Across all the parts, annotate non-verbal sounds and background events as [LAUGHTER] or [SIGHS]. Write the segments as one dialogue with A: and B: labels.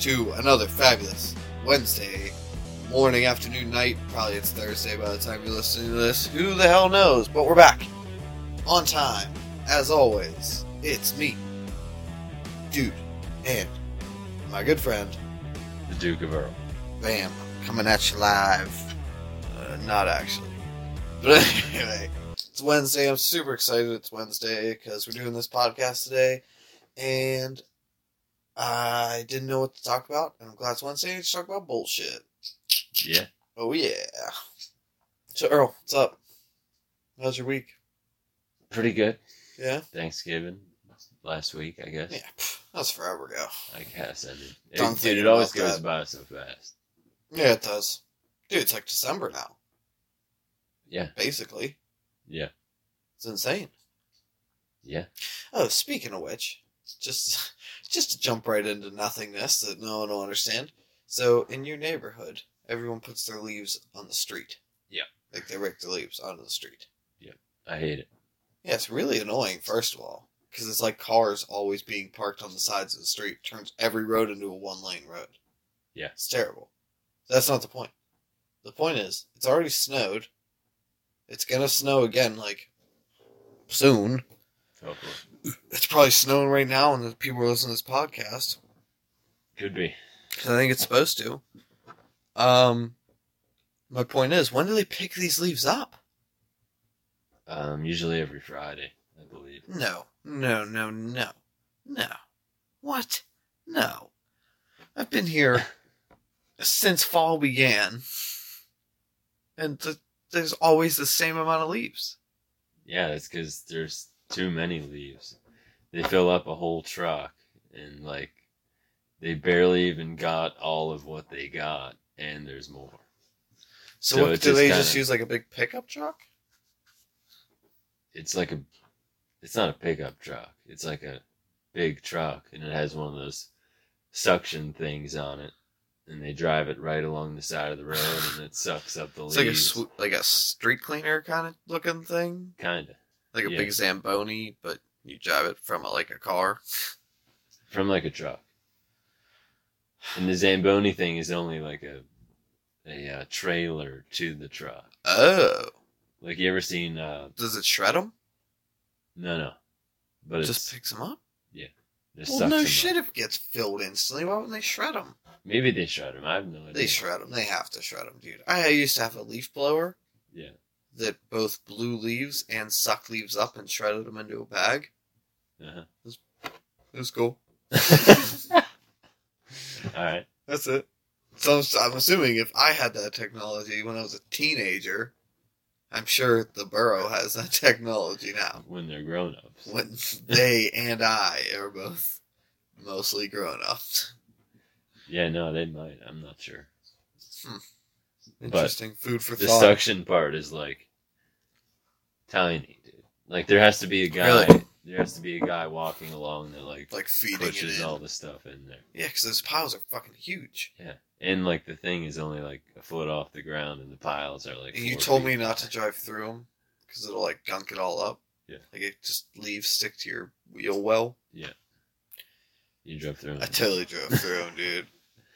A: to another fabulous Wednesday morning, afternoon, night. Probably it's Thursday by the time you're listening to this. Who the hell knows? But we're back on time, as always. It's me, dude, and my good friend,
B: the Duke of Earl.
A: Bam, coming at you live. Uh, not actually. But [LAUGHS] anyway, it's Wednesday. I'm super excited it's Wednesday because we're doing this podcast today. And I didn't know what to talk about. And I'm glad it's Wednesday. Let's talk about bullshit.
B: Yeah.
A: Oh, yeah. So, Earl, what's up? How's your week?
B: Pretty good.
A: Yeah?
B: Thanksgiving last week, I guess.
A: Yeah. pff, That was forever ago.
B: I guess. I did.
A: Don't
B: It,
A: think
B: dude, it always
A: about
B: goes
A: that.
B: by so fast.
A: Yeah, it does. Dude, it's like December now,
B: Yeah.
A: basically.
B: Yeah.
A: It's insane.
B: Yeah.
A: Oh, speaking of which, just [LAUGHS] just to jump right into nothingness that no one will understand. So, in your neighborhood, everyone puts their leaves on the street.
B: Yeah.
A: Like they rake their leaves onto the street.
B: I hate it.
A: Yeah, it's really annoying, first of all, because it's like cars always being parked on the sides of the street, turns every road into a one lane road.
B: Yeah.
A: It's terrible. That's not the point. The point is, it's already snowed. It's going to snow again, like, soon.
B: Hopefully.
A: It's probably snowing right now, and the people are listening to this podcast.
B: Could be.
A: 'Cause I think it's supposed to. Um, my point is, when do they pick these leaves up?
B: Um, usually every Friday, I believe.
A: No, no, no, no, no. What? No. I've been here since fall began, and th- there's always the same amount of leaves.
B: Yeah, it's because there's too many leaves. They fill up a whole truck, and like, they barely even got all of what they got, and there's more.
A: So,
B: So
A: what,
B: it's
A: do they
B: just
A: just
B: kinda-
A: use like a big pickup truck?
B: it's like a it's not a pickup truck it's like a big truck and it has one of those suction things on it and they drive it right along the side of the road and it sucks up the
A: It's like a
B: leaves
A: sw- like a street cleaner kind of looking thing,
B: kind of
A: like a
B: Yeah.
A: big zamboni, but you drive it from a, like a car.
B: from like a truck and the zamboni thing is only like a a uh, trailer to the truck
A: Oh,
B: like you ever seen uh
A: does it shred them?
B: no no but it's
A: Just picks them up.
B: it
A: Well,
B: sucks
A: no
B: them up.
A: shit. If it gets filled instantly, why wouldn't they shred them?
B: maybe they shut him i have no idea
A: They shred them. They have to shred them, dude. I used to have a leaf blower
B: yeah
A: that both blew leaves and sucked leaves up and shredded them into a bag.
B: uh-huh.
A: It was
B: [LAUGHS]
A: cool. [LAUGHS]
B: all right
A: That's it. So I'm assuming if I had that technology when I was a teenager, I'm sure the borough has that [LAUGHS] technology now.
B: when they're grown-ups
A: When they and I are both mostly grown ups.
B: Yeah, no, they might. I'm not sure.
A: Interesting food for
B: The
A: thought.
B: suction part is like tiny, dude. Like there has to be a guy.
A: Really?
B: There has to be a guy walking along that like,
A: like feeding it
B: pushes
A: in.
B: all the stuff in there.
A: Yeah, because those piles are fucking huge.
B: And like the thing is only like a foot off the ground, and the piles are like.
A: And you
B: four
A: told
B: feet.
A: me not to drive through them because it'll like gunk it all up.
B: Yeah.
A: Like it just leaves stick to your wheel well.
B: You drove through.
A: I
B: them.
A: totally drove through them, dude.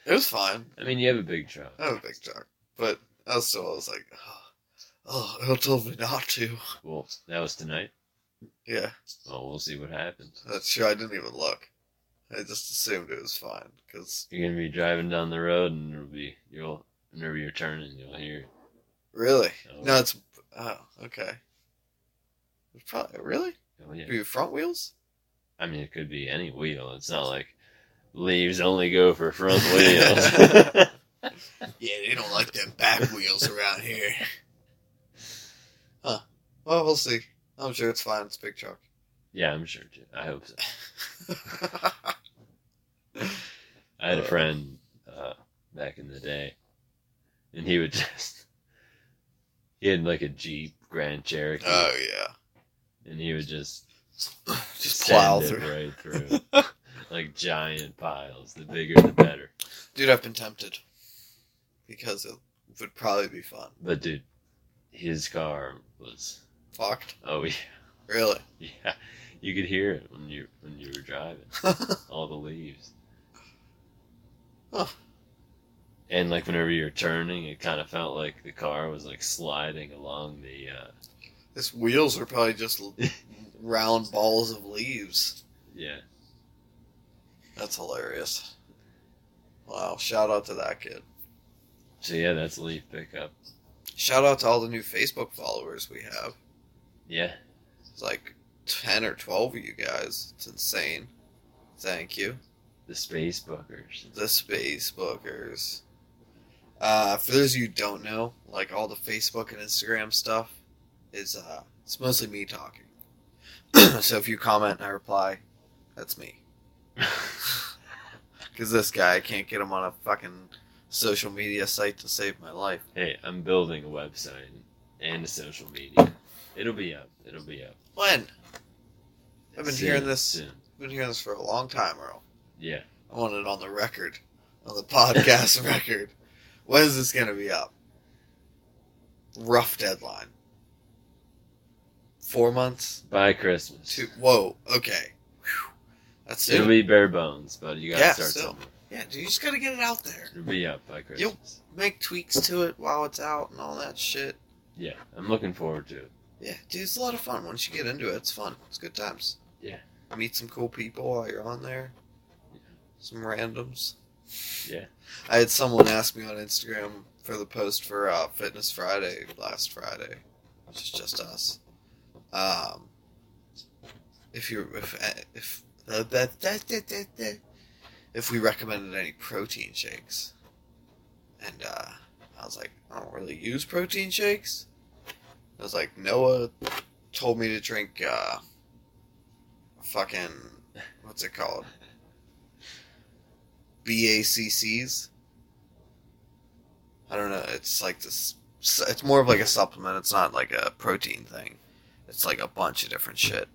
A: It was fine.
B: I mean, you have a big truck.
A: I have a big truck, but I was still I was like, oh, oh it'll told me not to.
B: Well, that was tonight.
A: Yeah,
B: Well, we'll see what happens.
A: that's true. I didn't even look. I just assumed it was fine because
B: You're gonna be driving down the road, and it'll be you'll whenever you're turning, you'll hear.
A: really,
B: Oh.
A: no, it's oh okay. It's Probably, really?
B: Oh yeah.
A: Do you front wheels?
B: I mean, it could be any wheel. It's not like leaves only go for
A: [LAUGHS]
B: front wheels.
A: Yeah, they don't like them back wheels around here. [LAUGHS] Huh. Well, we'll see. I'm sure it's fine. It's a big truck.
B: yeah, I'm sure. Too. I hope so. I had a friend uh, back in the day, and he would [LAUGHS] just he had like a Jeep Grand Cherokee,
A: [LAUGHS] oh yeah.
B: and he would just
A: [LAUGHS] Just
B: send
A: plow
B: it
A: through. [LAUGHS]
B: right through like giant piles. The bigger, the better.
A: Dude, I've been tempted because it would probably be fun.
B: But dude, his car was
A: Fucked.
B: oh [LAUGHS] yeah,
A: Really? [LAUGHS]
B: yeah. You could hear it when you when you were driving all the leaves.
A: Huh.
B: And like whenever you're turning, it kind of felt like the car was like sliding along the. Uh,
A: Its wheels are probably
B: [LAUGHS]
A: just l- round balls of leaves.
B: yeah,
A: That's hilarious. Wow, shout out to that kid.
B: so yeah, that's leaf pickup.
A: Shout out to all the new Facebook followers we have.
B: Yeah,
A: It's like 10 or 12 of you guys. It's insane. Thank you.
B: the space bookers. [LAUGHS]
A: the space bookers uh, for those of you who don't know like all the facebook and instagram stuff is uh, it's mostly me talking [CLEARS THROAT] so if you comment and i reply that's me because this guy i can't get him on a fucking social media site to save my life
B: hey, I'm building a website and a social media. It'll be up. It'll be up.
A: when I've been
B: Soon,
A: hearing this-
B: Soon.
A: i've been hearing this for a long time earl
B: Yeah.
A: i want it on the record on the podcast record when is this gonna be up rough deadline four months
B: By Christmas.
A: Two. Whoa. Okay. Whew. That's
B: It'll
A: it.
B: be bare bones, but you gotta
A: Yeah,
B: start
A: still.
B: somewhere.
A: yeah, dude, you just gotta get it out there.
B: It'll be up by Christmas.
A: Make tweaks to it while it's out and all that shit.
B: Yeah, I'm looking forward to it.
A: Yeah, dude, it's a lot of fun once you get into it. It's fun. It's good times.
B: Yeah.
A: Meet some cool people while you're on there. Some randoms.
B: Yeah.
A: I had someone ask me on Instagram for the post for uh, Fitness Friday last Friday, which is just us. Um, if you if if if we recommended any protein shakes, and uh, I was like, I don't really use protein shakes. I was like, Noah told me to drink uh, fucking what's it called? BACCs. I don't know. It's like this. It's more of like a supplement. It's not like a protein thing. It's like a bunch of different shit.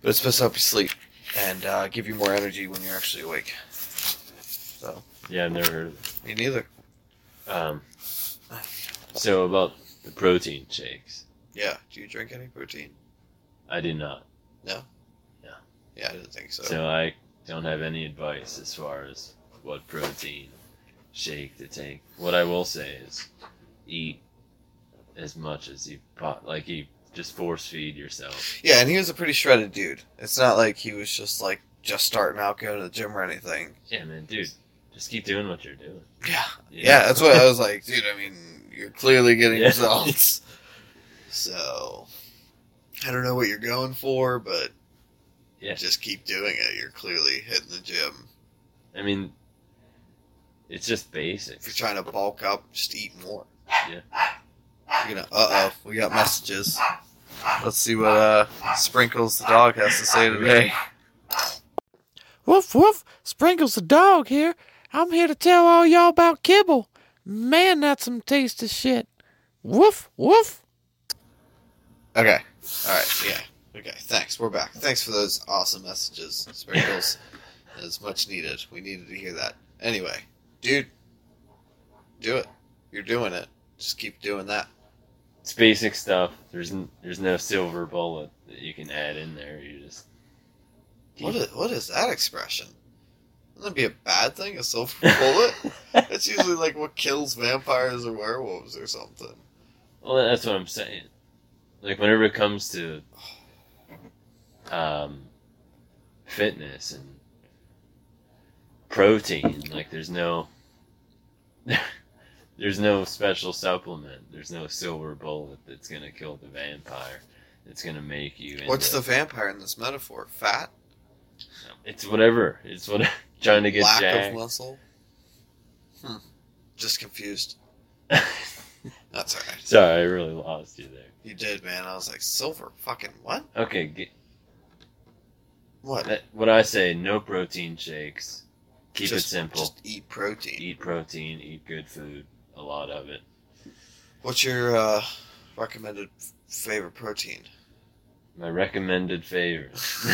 A: But it's supposed to help you sleep and uh, give you more energy when you're actually awake. So
B: Yeah, I've never heard of it.
A: me neither.
B: Um, so about the protein shakes,
A: Yeah. Do you drink any protein?
B: I do not.
A: Yeah, I didn't think so.
B: So I don't have any advice as far as what protein shake to take. What I will say is eat as much as you po- like you just force feed yourself.
A: Yeah, and he was a pretty shredded dude. It's not like he was just like just starting out going to the gym or anything.
B: Yeah, man, dude, just keep doing what you're doing.
A: Yeah.
B: You
A: Yeah,
B: know?
A: that's what I was like, dude. I mean, you're clearly getting
B: Yeah.
A: results.
B: [LAUGHS]
A: So, I don't know what you're going for, but
B: Yeah.
A: just keep doing it. You're clearly hitting the gym.
B: I mean, it's just
A: If you're
B: basics.
A: trying to bulk up, just eat more.
B: Yeah.
A: You're gonna. Uh oh, we got messages. Let's see what uh Sprinkles the dog has to say today.
C: Woof woof, Sprinkles the dog here. I'm here to tell all y'all about kibble. Man, that's some tasty shit. Woof woof.
A: Okay. All right. Yeah. Okay. Thanks. We're back. Thanks for those awesome messages, Sprinkles. it's much needed. We needed to hear that. Anyway, dude, do it. You're doing it. Just keep doing that.
B: It's basic stuff. There's n- there's no silver bullet that you can add in there. You just
A: What is, what is that expression? Wouldn't that be a bad thing? A silver bullet? That's usually like what kills vampires or werewolves or something.
B: Well, that's what I'm saying. Like whenever it comes to um, fitness and protein, like there's no [LAUGHS] there's no special supplement. There's no silver bullet that's gonna kill the vampire. It's gonna make you.
A: What's the
B: into-
A: vampire in this metaphor? Fat?
B: It's whatever. It's what [LAUGHS] trying to get
A: Lack of
B: jacked.
A: muscle? Hmm. Just confused. That's alright.
B: Sorry, I really lost you there.
A: You did, man. I was like, silver fucking what?
B: Okay, get,
A: What?
B: that, what I say: no protein shakes. Keep
A: Just-
B: it simple.
A: Just eat protein.
B: eat protein, eat good food, a lot of it.
A: What's your uh, recommended f-
B: [LAUGHS]
A: favorite protein?
B: My recommended favorite: [LAUGHS]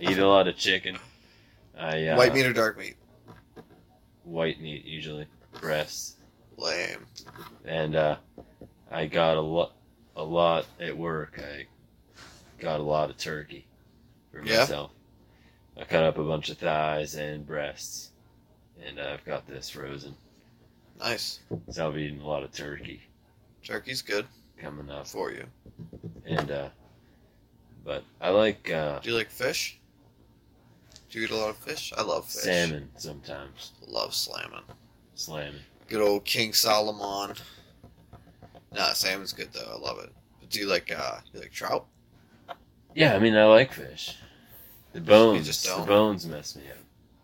B: I eat a lot of chicken. I uh,
A: White meat or dark meat?
B: white meat usually breasts,
A: Lame.
B: and uh, I got a lot, a lot at work. I got a lot of turkey for
A: Yeah?
B: myself. I cut up a bunch of thighs and breasts. and uh, I've got this frozen.
A: Nice.
B: So I'll be eating a lot of turkey
A: Turkey's good
B: coming up,
A: for you.
B: and uh, but I like uh,
A: Do you like fish? Do you eat a lot of fish? I love fish.
B: salmon sometimes.
A: Love slamming.
B: Slamming.
A: Good old King Solomon. Nah, salmon's good though. I love it. But do you like uh, you like trout?
B: Yeah, I mean I like fish. The bones,
A: just
B: the
A: don't.
B: bones mess me up.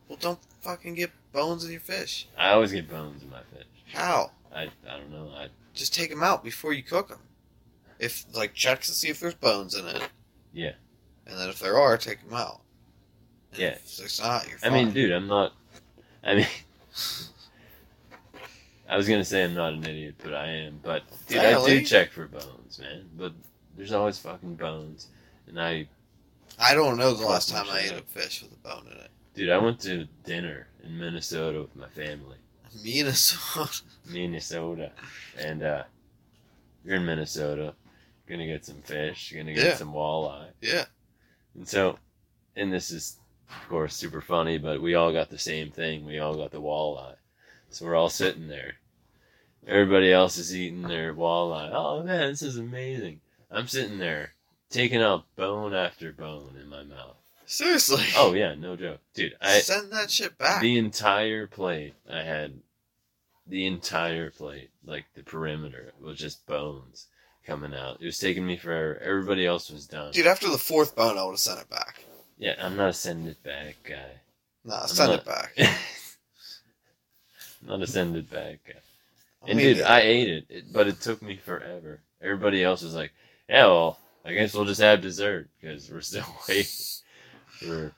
A: Well, don't fucking get bones in your fish.
B: I always get bones in my fish.
A: How?
B: I I don't know. I
A: Just take them out before you cook them. If like check to see if there's bones in it.
B: Yeah.
A: And then if there are, take them out. And
B: Yeah.
A: If there's not, you're
B: I
A: fine.
B: mean, dude, I'm not. I mean, I was gonna say I'm not an idiot, but I am. But dude, I do
A: Apparently.
B: check for bones, man. But there's always fucking bones, and I,
A: I don't know the
B: Fuck
A: last
B: my
A: time I
B: shit
A: ate a
B: up.
A: fish with a bone in it. [LAUGHS]
B: dude, I went to dinner in Minnesota with my family,
A: Minnesota.
B: Minnesota, and uh, you're in Minnesota, gonna get some fish, you're gonna get
A: Yeah.
B: some walleye,
A: [LAUGHS] yeah.
B: and so, and this is, of course, super funny, but we all got the same thing. We all got the walleye. So we're all sitting there. Everybody else is eating their walleye. Oh man, this is amazing. I'm sitting there taking out bone after bone in my mouth.
A: Seriously.
B: Oh yeah, no joke. Dude, I
A: Send that shit back.
B: the entire plate I had the entire plate, like the perimeter, was just bones coming out. It was taking me forever. Everybody else was done.
A: Dude, after the fourth bone, I would have sent it back.
B: Yeah, I'm not a send it back guy.
A: Nah,
B: I'm
A: send
B: not-
A: it
B: [LAUGHS]
A: back.
B: Not a send it back.
A: I
B: And
A: mean,
B: dude, I ate it, it, but it took me forever. Everybody else was like, "Yeah, well, I guess we'll just have dessert because we're still [LAUGHS] waiting." For,
A: [LAUGHS]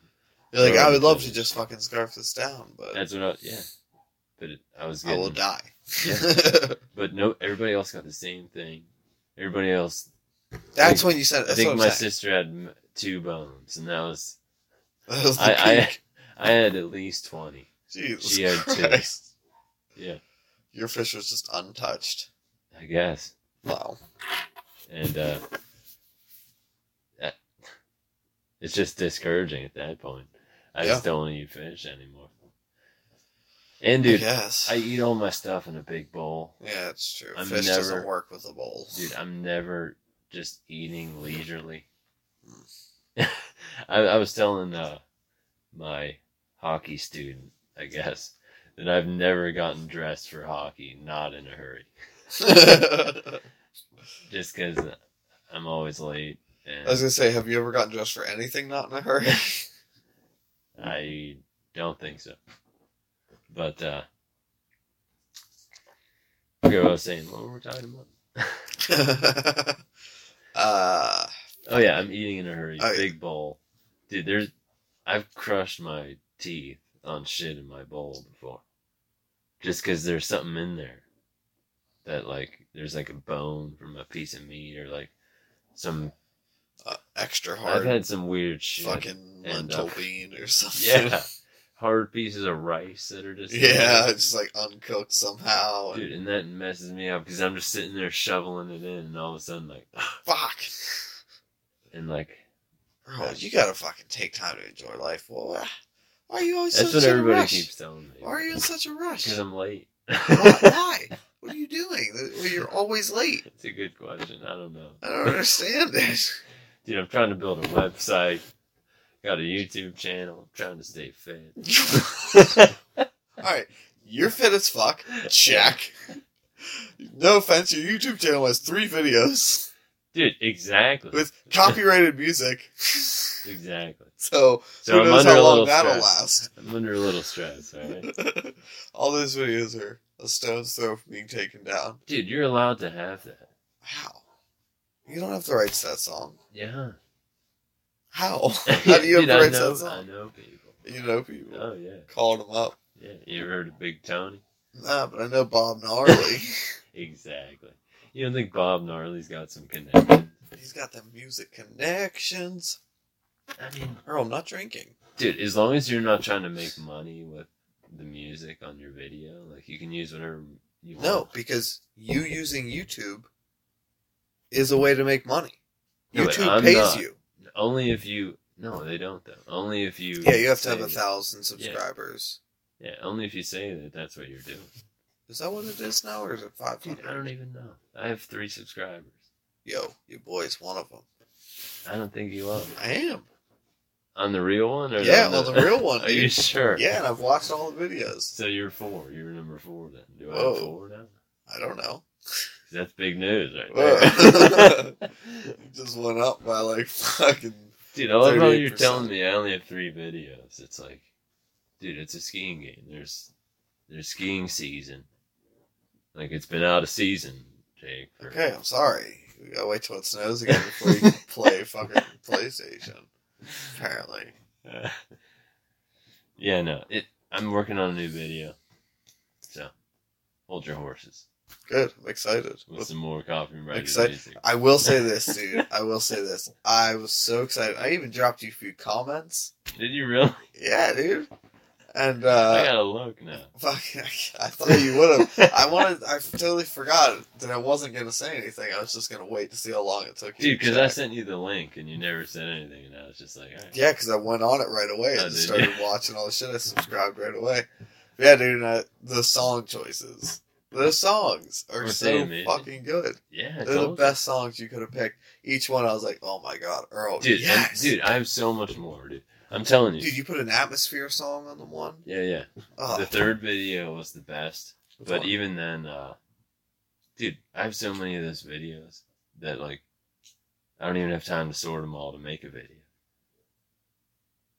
A: you're like, I
B: [LAUGHS]
A: would love to just fucking scarf this down, but
B: that's what I yeah. But it, I was
A: I will
B: getting,
A: die.
B: but no, everybody else got the same thing. Everybody else,
A: [LAUGHS] that's when you sent it.
B: I
A: That's
B: think
A: what
B: my
A: I'm saying.
B: sister had m- two bones, and that
A: [LAUGHS]
B: was
A: That was the
B: I- I-
A: peak.
B: I had at least twenty.
A: Jesus
B: she had two.
A: Christ.
B: Yeah,
A: Your fish was just untouched.
B: I guess.
A: Wow.
B: and uh, that, it's just discouraging at that point. I just don't eat fish anymore. And dude,
A: I guess.
B: I eat all my stuff in a big bowl.
A: yeah, it's true.
B: I'm
A: fish doesn't
B: never-
A: work with a bowl. [LAUGHS]
B: Dude, I'm never just eating leisurely. I, I was telling uh, my hockey student, I guess, that I've never gotten dressed for hockey, not in a hurry.
A: I
B: Just because I'm always late. And
A: was gonna say, have you ever gotten dressed for anything not in a hurry? [LAUGHS]
B: I don't think so. But uh Okay, what I was saying, what were we talking about?
A: uh,
B: Oh yeah, I'm eating in a hurry.
A: Oh, yeah.
B: Big bowl. Dude, there's I've crushed my teeth on shit in my bowl before. Just cause there's something in there. That like there's like a bone from a piece of meat or like some
A: uh, extra
B: I've
A: hard
B: had some weird shit.
A: fucking
B: And,
A: lentil
B: uh,
A: bean or something. [LAUGHS]
B: Yeah. Hard pieces of rice that are just
A: yeah, it's just like uncooked somehow. And
B: Dude, and that messes me up because I'm just sitting there shoveling it in, and all of a sudden, like, [SIGHS]
A: fuck.
B: and like
A: Bro, you gotta fucking take time to enjoy life. Well, uh, why are you always
B: that's
A: such
B: what
A: in a
B: everybody
A: rush?
B: keeps telling me.
A: Why are you in such
B: [LAUGHS]
A: a rush?
B: Because I'm late.
A: Why?
B: That's
A: why?
B: [LAUGHS]
A: What are you doing? Well, You're always late.
B: a good question. I don't know,
A: I don't understand it.
B: dude. I'm trying to build a website, got a YouTube channel, I'm trying to stay
A: [LAUGHS]
B: fit.
A: [LAUGHS] All right, you're fit as fuck. Check. No offense, your YouTube channel has three videos
B: Dude, exactly.
A: with copyrighted music,
B: exactly.
A: so,
B: So
A: who
B: I'm
A: knows
B: under a
A: how long
B: little
A: that'll
B: stress.
A: last.
B: I'm under a little stress, all right?
A: [LAUGHS] All those videos are a stone's throw from being taken down.
B: Dude, you're allowed to have that.
A: How? You don't have the rights to that song.
B: Yeah.
A: How? [LAUGHS]
B: [LAUGHS]
A: How do you have
B: Dude,
A: the
B: I
A: rights to
B: know,
A: that
B: I
A: song?
B: know people.
A: You know people
B: Oh yeah,
A: calling them up.
B: yeah. You ever heard of Big Tony?
A: Nah, but I know
B: [LAUGHS]
A: Bob Gnarly.
B: Exactly. You don't think Bob Gnarly's got some connection?
A: He's got the music connections.
B: I mean,
A: Earl, I'm not drinking.
B: dude, as long as you're not trying to make money with the music on your video, like you can use whatever you
A: No,
B: want.
A: because you using YouTube is a way to make money.
B: No, but
A: YouTube
B: I'm
A: pays
B: not.
A: you.
B: Only if you. No, they don't though. Only if you.
A: Yeah, you have to have a
B: say-
A: thousand subscribers
B: Yeah, only if you say that that's what you're doing.
A: Is that what it is now, or is it five
B: Dude, I
A: hundred?
B: don't even know. I have three subscribers.
A: Yo, you boys, one of them.
B: I don't think you love me.
A: I am.
B: on the real one or
A: Yeah,
B: on
A: on the real one,
B: [LAUGHS] Are you
A: dude.
B: sure?
A: Yeah, and I've watched all the videos.
B: So you're four. You're number four then. Do I
A: Whoa.
B: have four now? 'Cause
A: I
B: [LAUGHS]
A: don't know.
B: That's big news right
A: [LAUGHS]
B: there. [LAUGHS]
A: Whoa. Just went up by like fucking.
B: dude, I love how you're
A: 38%.
B: telling me I only have three videos. It's like, dude, it's a skiing game. There's there's skiing season. Like it's been out of season, Jake. For,
A: Okay, I'm sorry. We gotta wait till it snows again
B: [LAUGHS]
A: before you can play fucking PlayStation. Apparently.
B: Uh, [LAUGHS] yeah, no. It. I'm working on a new video, so hold your horses
A: Good. I'm excited.
B: with some more copyrighted
A: Excite-
B: music.
A: I
B: [LAUGHS]
A: will say this, dude. I will say this. I was so excited. I even dropped you a few comments.
B: Did you really?
A: Yeah, dude. And
B: I
A: uh
B: gotta look now.
A: fucking [LAUGHS] I thought you would have. I wanted I totally forgot that I wasn't gonna say anything. I was just gonna wait to see how long it took you.
B: Dude,
A: to
B: because I
A: check.
B: sent you the link and you never said anything, and I was just like, all right.
A: Yeah, because I went on it right away
B: Oh,
A: and just
B: did you?
A: started watching all the shit. I subscribed right away. Yeah, dude, and I, the song choices. The songs are
B: Aren't they
A: so
B: amazing?
A: fucking good.
B: yeah, I
A: They're the
B: told
A: best songs you could have picked. Each one, I was like, oh my god, Earl,
B: you. dude. I'm-
A: yes,
B: dude, I have so much more, dude. I'm telling you.
A: Dude, you put an atmosphere song on the one.
B: yeah, yeah.
A: Oh,
B: The third video was the best,
A: that's
B: but
A: one.
B: even then, uh, dude, I have so many of those videos that like I don't even have time to sort them all to make a video.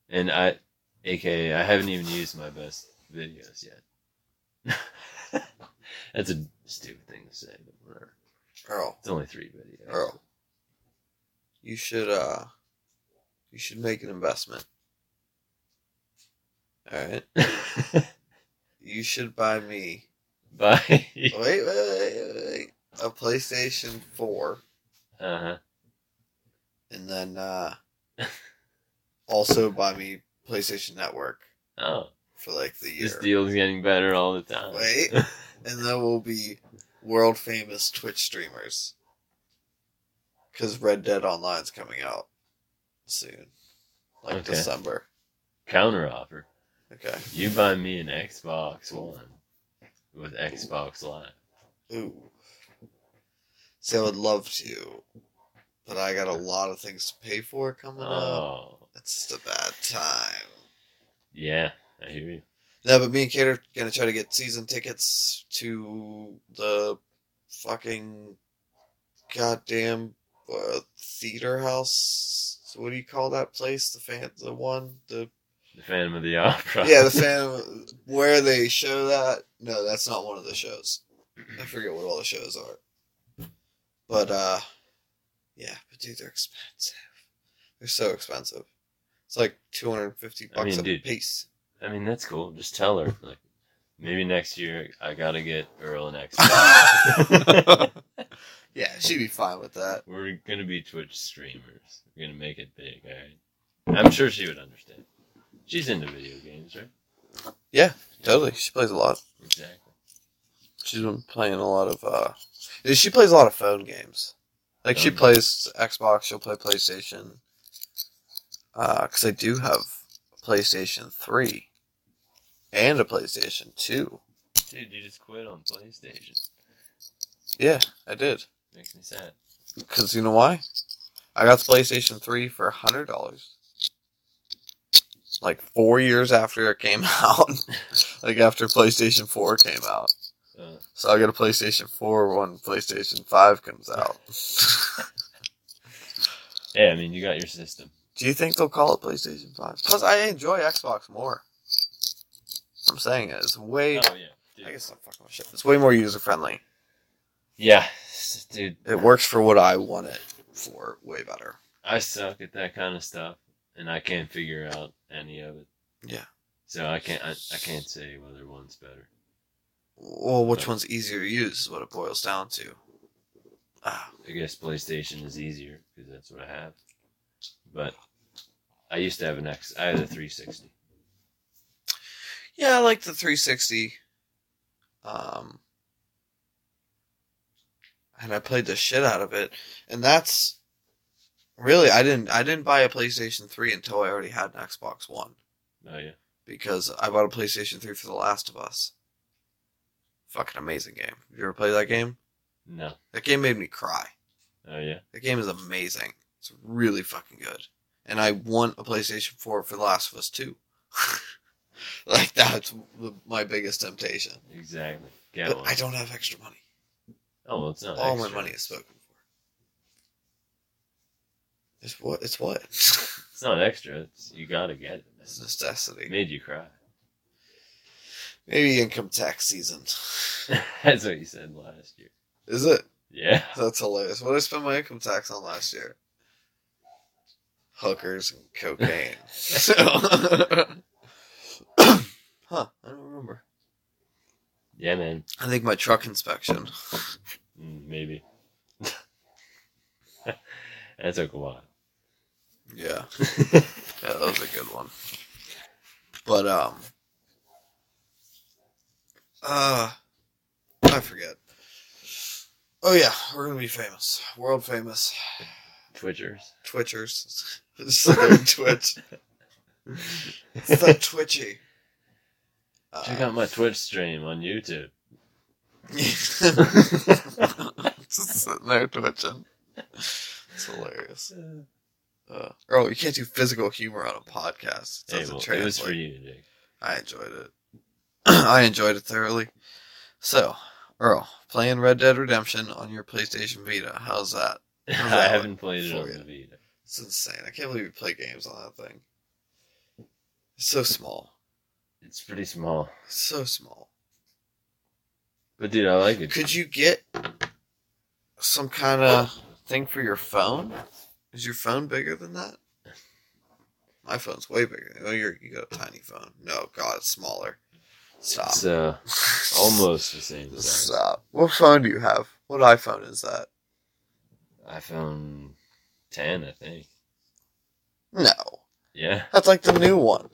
B: And I, aka, I haven't even used my best videos yet. [LAUGHS] That's a stupid thing to say, but whatever.
A: Earl,
B: It's only three videos.
A: Earl, you should uh, you should make an investment. All right, Oh. you should buy me
B: [LAUGHS] Bye.
A: wait, wait, wait, wait, wait. A PlayStation 4,
B: uh huh.
A: and then uh, also buy me PlayStation Network
B: Oh,
A: for like the
B: this
A: year.
B: deal's getting better all the time. [LAUGHS]
A: Wait. and then we'll be world famous Twitch streamers. Because Red Dead Online's coming out soon. Like
B: Okay.
A: December.
B: Counter offer.
A: Okay.
B: You buy me an Xbox One with Xbox Live.
A: Ooh. See, I would love to, but I got a lot of things to pay for coming up.
B: Oh,
A: It's just a bad time.
B: yeah. I hear you.
A: No, but me and Kate are gonna try to get season tickets to the fucking goddamn uh, theater house. What do you call that place? The fan, the one,
B: [LAUGHS]
A: the
B: The Phantom of the Opera.
A: yeah, the fan where they show that. No, that's not one of the shows. I forget what all the shows are. But uh, yeah, but dude, they're expensive. They're so expensive. It's like two hundred and fifty
B: I
A: bucks
B: mean,
A: a
B: dude,
A: piece.
B: [LAUGHS] I mean, that's cool. Just tell her. Like, maybe next year I gotta get Earl an
A: [LAUGHS]
B: Xbox.
A: Yeah, she'd be fine with that.
B: We're gonna be Twitch streamers. We're gonna make it big. All right. I'm sure she would understand. She's into video games, right?
A: Totally. She plays a lot.
B: Exactly.
A: She's been playing a lot of uh yeah, she plays a lot of phone games. Like she
B: Phone
A: plays Xbox, she'll play PlayStation. Uh, 'cause cuz I do have a PlayStation 3 and a PlayStation 2.
B: Dude, you just quit on PlayStation.
A: Yeah, I did.
B: Makes me sad.
A: Cuz you know why? I got the PlayStation 3 for $100. Like 4 years after it came [LAUGHS] out. like after PlayStation 4 came out.
B: Uh,
A: So I'll get a PlayStation 4 when PlayStation 5
B: [LAUGHS]
A: comes out.
B: yeah, I mean, you got your system.
A: Do you think they'll call it PlayStation 5? Plus, I enjoy Xbox more. I'm saying it. It's way.
B: Oh yeah.
A: I
B: Dude.
A: guess I'm fucking with shit. It's way more user friendly.
B: Yeah, s- dude.
A: It works for what I want it for way better.
B: I suck at that kind of stuff, and I can't figure out any of it.
A: Yeah.
B: So I can't. I, I can't say whether one's better.
A: Well, which one's easier to use is what it boils down to. Ah,
B: I guess PlayStation is easier because that's what I have. But I used to have an X. I had a 360.
A: yeah, I like the 360. Um, and I played the shit out of it. And that's really I didn't I didn't buy a PlayStation 3 until I already had an Xbox One.
B: Oh yeah.
A: because I bought a PlayStation 3 for The Last of Us. Fucking amazing game. Have you ever played that game?
B: No.
A: That game made me cry.
B: Oh yeah.
A: That game is amazing. It's really fucking good. And I want a PlayStation 4 for The Last of Us 2. [LAUGHS] like, that's the, my biggest temptation.
B: Exactly. Get
A: But
B: one.
A: I don't have extra money.
B: Oh, well, it's not.
A: All my
B: extra.
A: money is spoken for. It's what? It's what? [LAUGHS]
B: It's not extra. It's, you gotta get it.
A: it's
B: It's- It
A: necessity.
B: made you cry. [LAUGHS]
A: Maybe income tax season.
B: That's what you said last year.
A: Is it?
B: Yeah.
A: That's hilarious. What did I spend my income tax on last year? Hookers and cocaine.
B: [LAUGHS]
A: [LAUGHS] so, huh? I don't remember.
B: Yeah, man.
A: I think my truck inspection.
B: Mm, Maybe. [LAUGHS] that took a while. [LAUGHS]
A: Yeah, yeah, that was a good one. But um, uh, I forget. Oh yeah, we're gonna be famous, world famous.
B: Twitchers.
A: Twitchers. [LAUGHS] It's their Twitch. It's that
B: [LAUGHS]
A: twitchy. Uh,
B: Check
A: [LAUGHS]
B: out my Twitch stream on YouTube.
A: Just sitting there twitching. It's hilarious. Uh, oh, you can't do physical humor on a podcast. It
B: Hey,
A: doesn't
B: well, it was
A: translate.
B: for you, Dick.
A: I enjoyed it. [CLEARS THROAT] I enjoyed it thoroughly. So, Earl, playing Red Dead Redemption on your PlayStation Vita. How's that?
B: [LAUGHS] I
A: How's that
B: haven't played it
A: for
B: on
A: you?
B: the Vita.
A: It's insane. I can't believe you play games on that thing. It's so small.
B: It's pretty small.
A: So small.
B: But dude, I like it.
A: Could you get some kind of thing for your phone? Is your phone bigger than that? My phone's way bigger. Oh, you're, you got a tiny phone. No, God, it's smaller. Stop.
B: It's uh, almost the same size.
A: Stop. What phone do you have? What iPhone is that?
B: iPhone 10, I think.
A: No,
B: Yeah.
A: that's like the new [LAUGHS] one.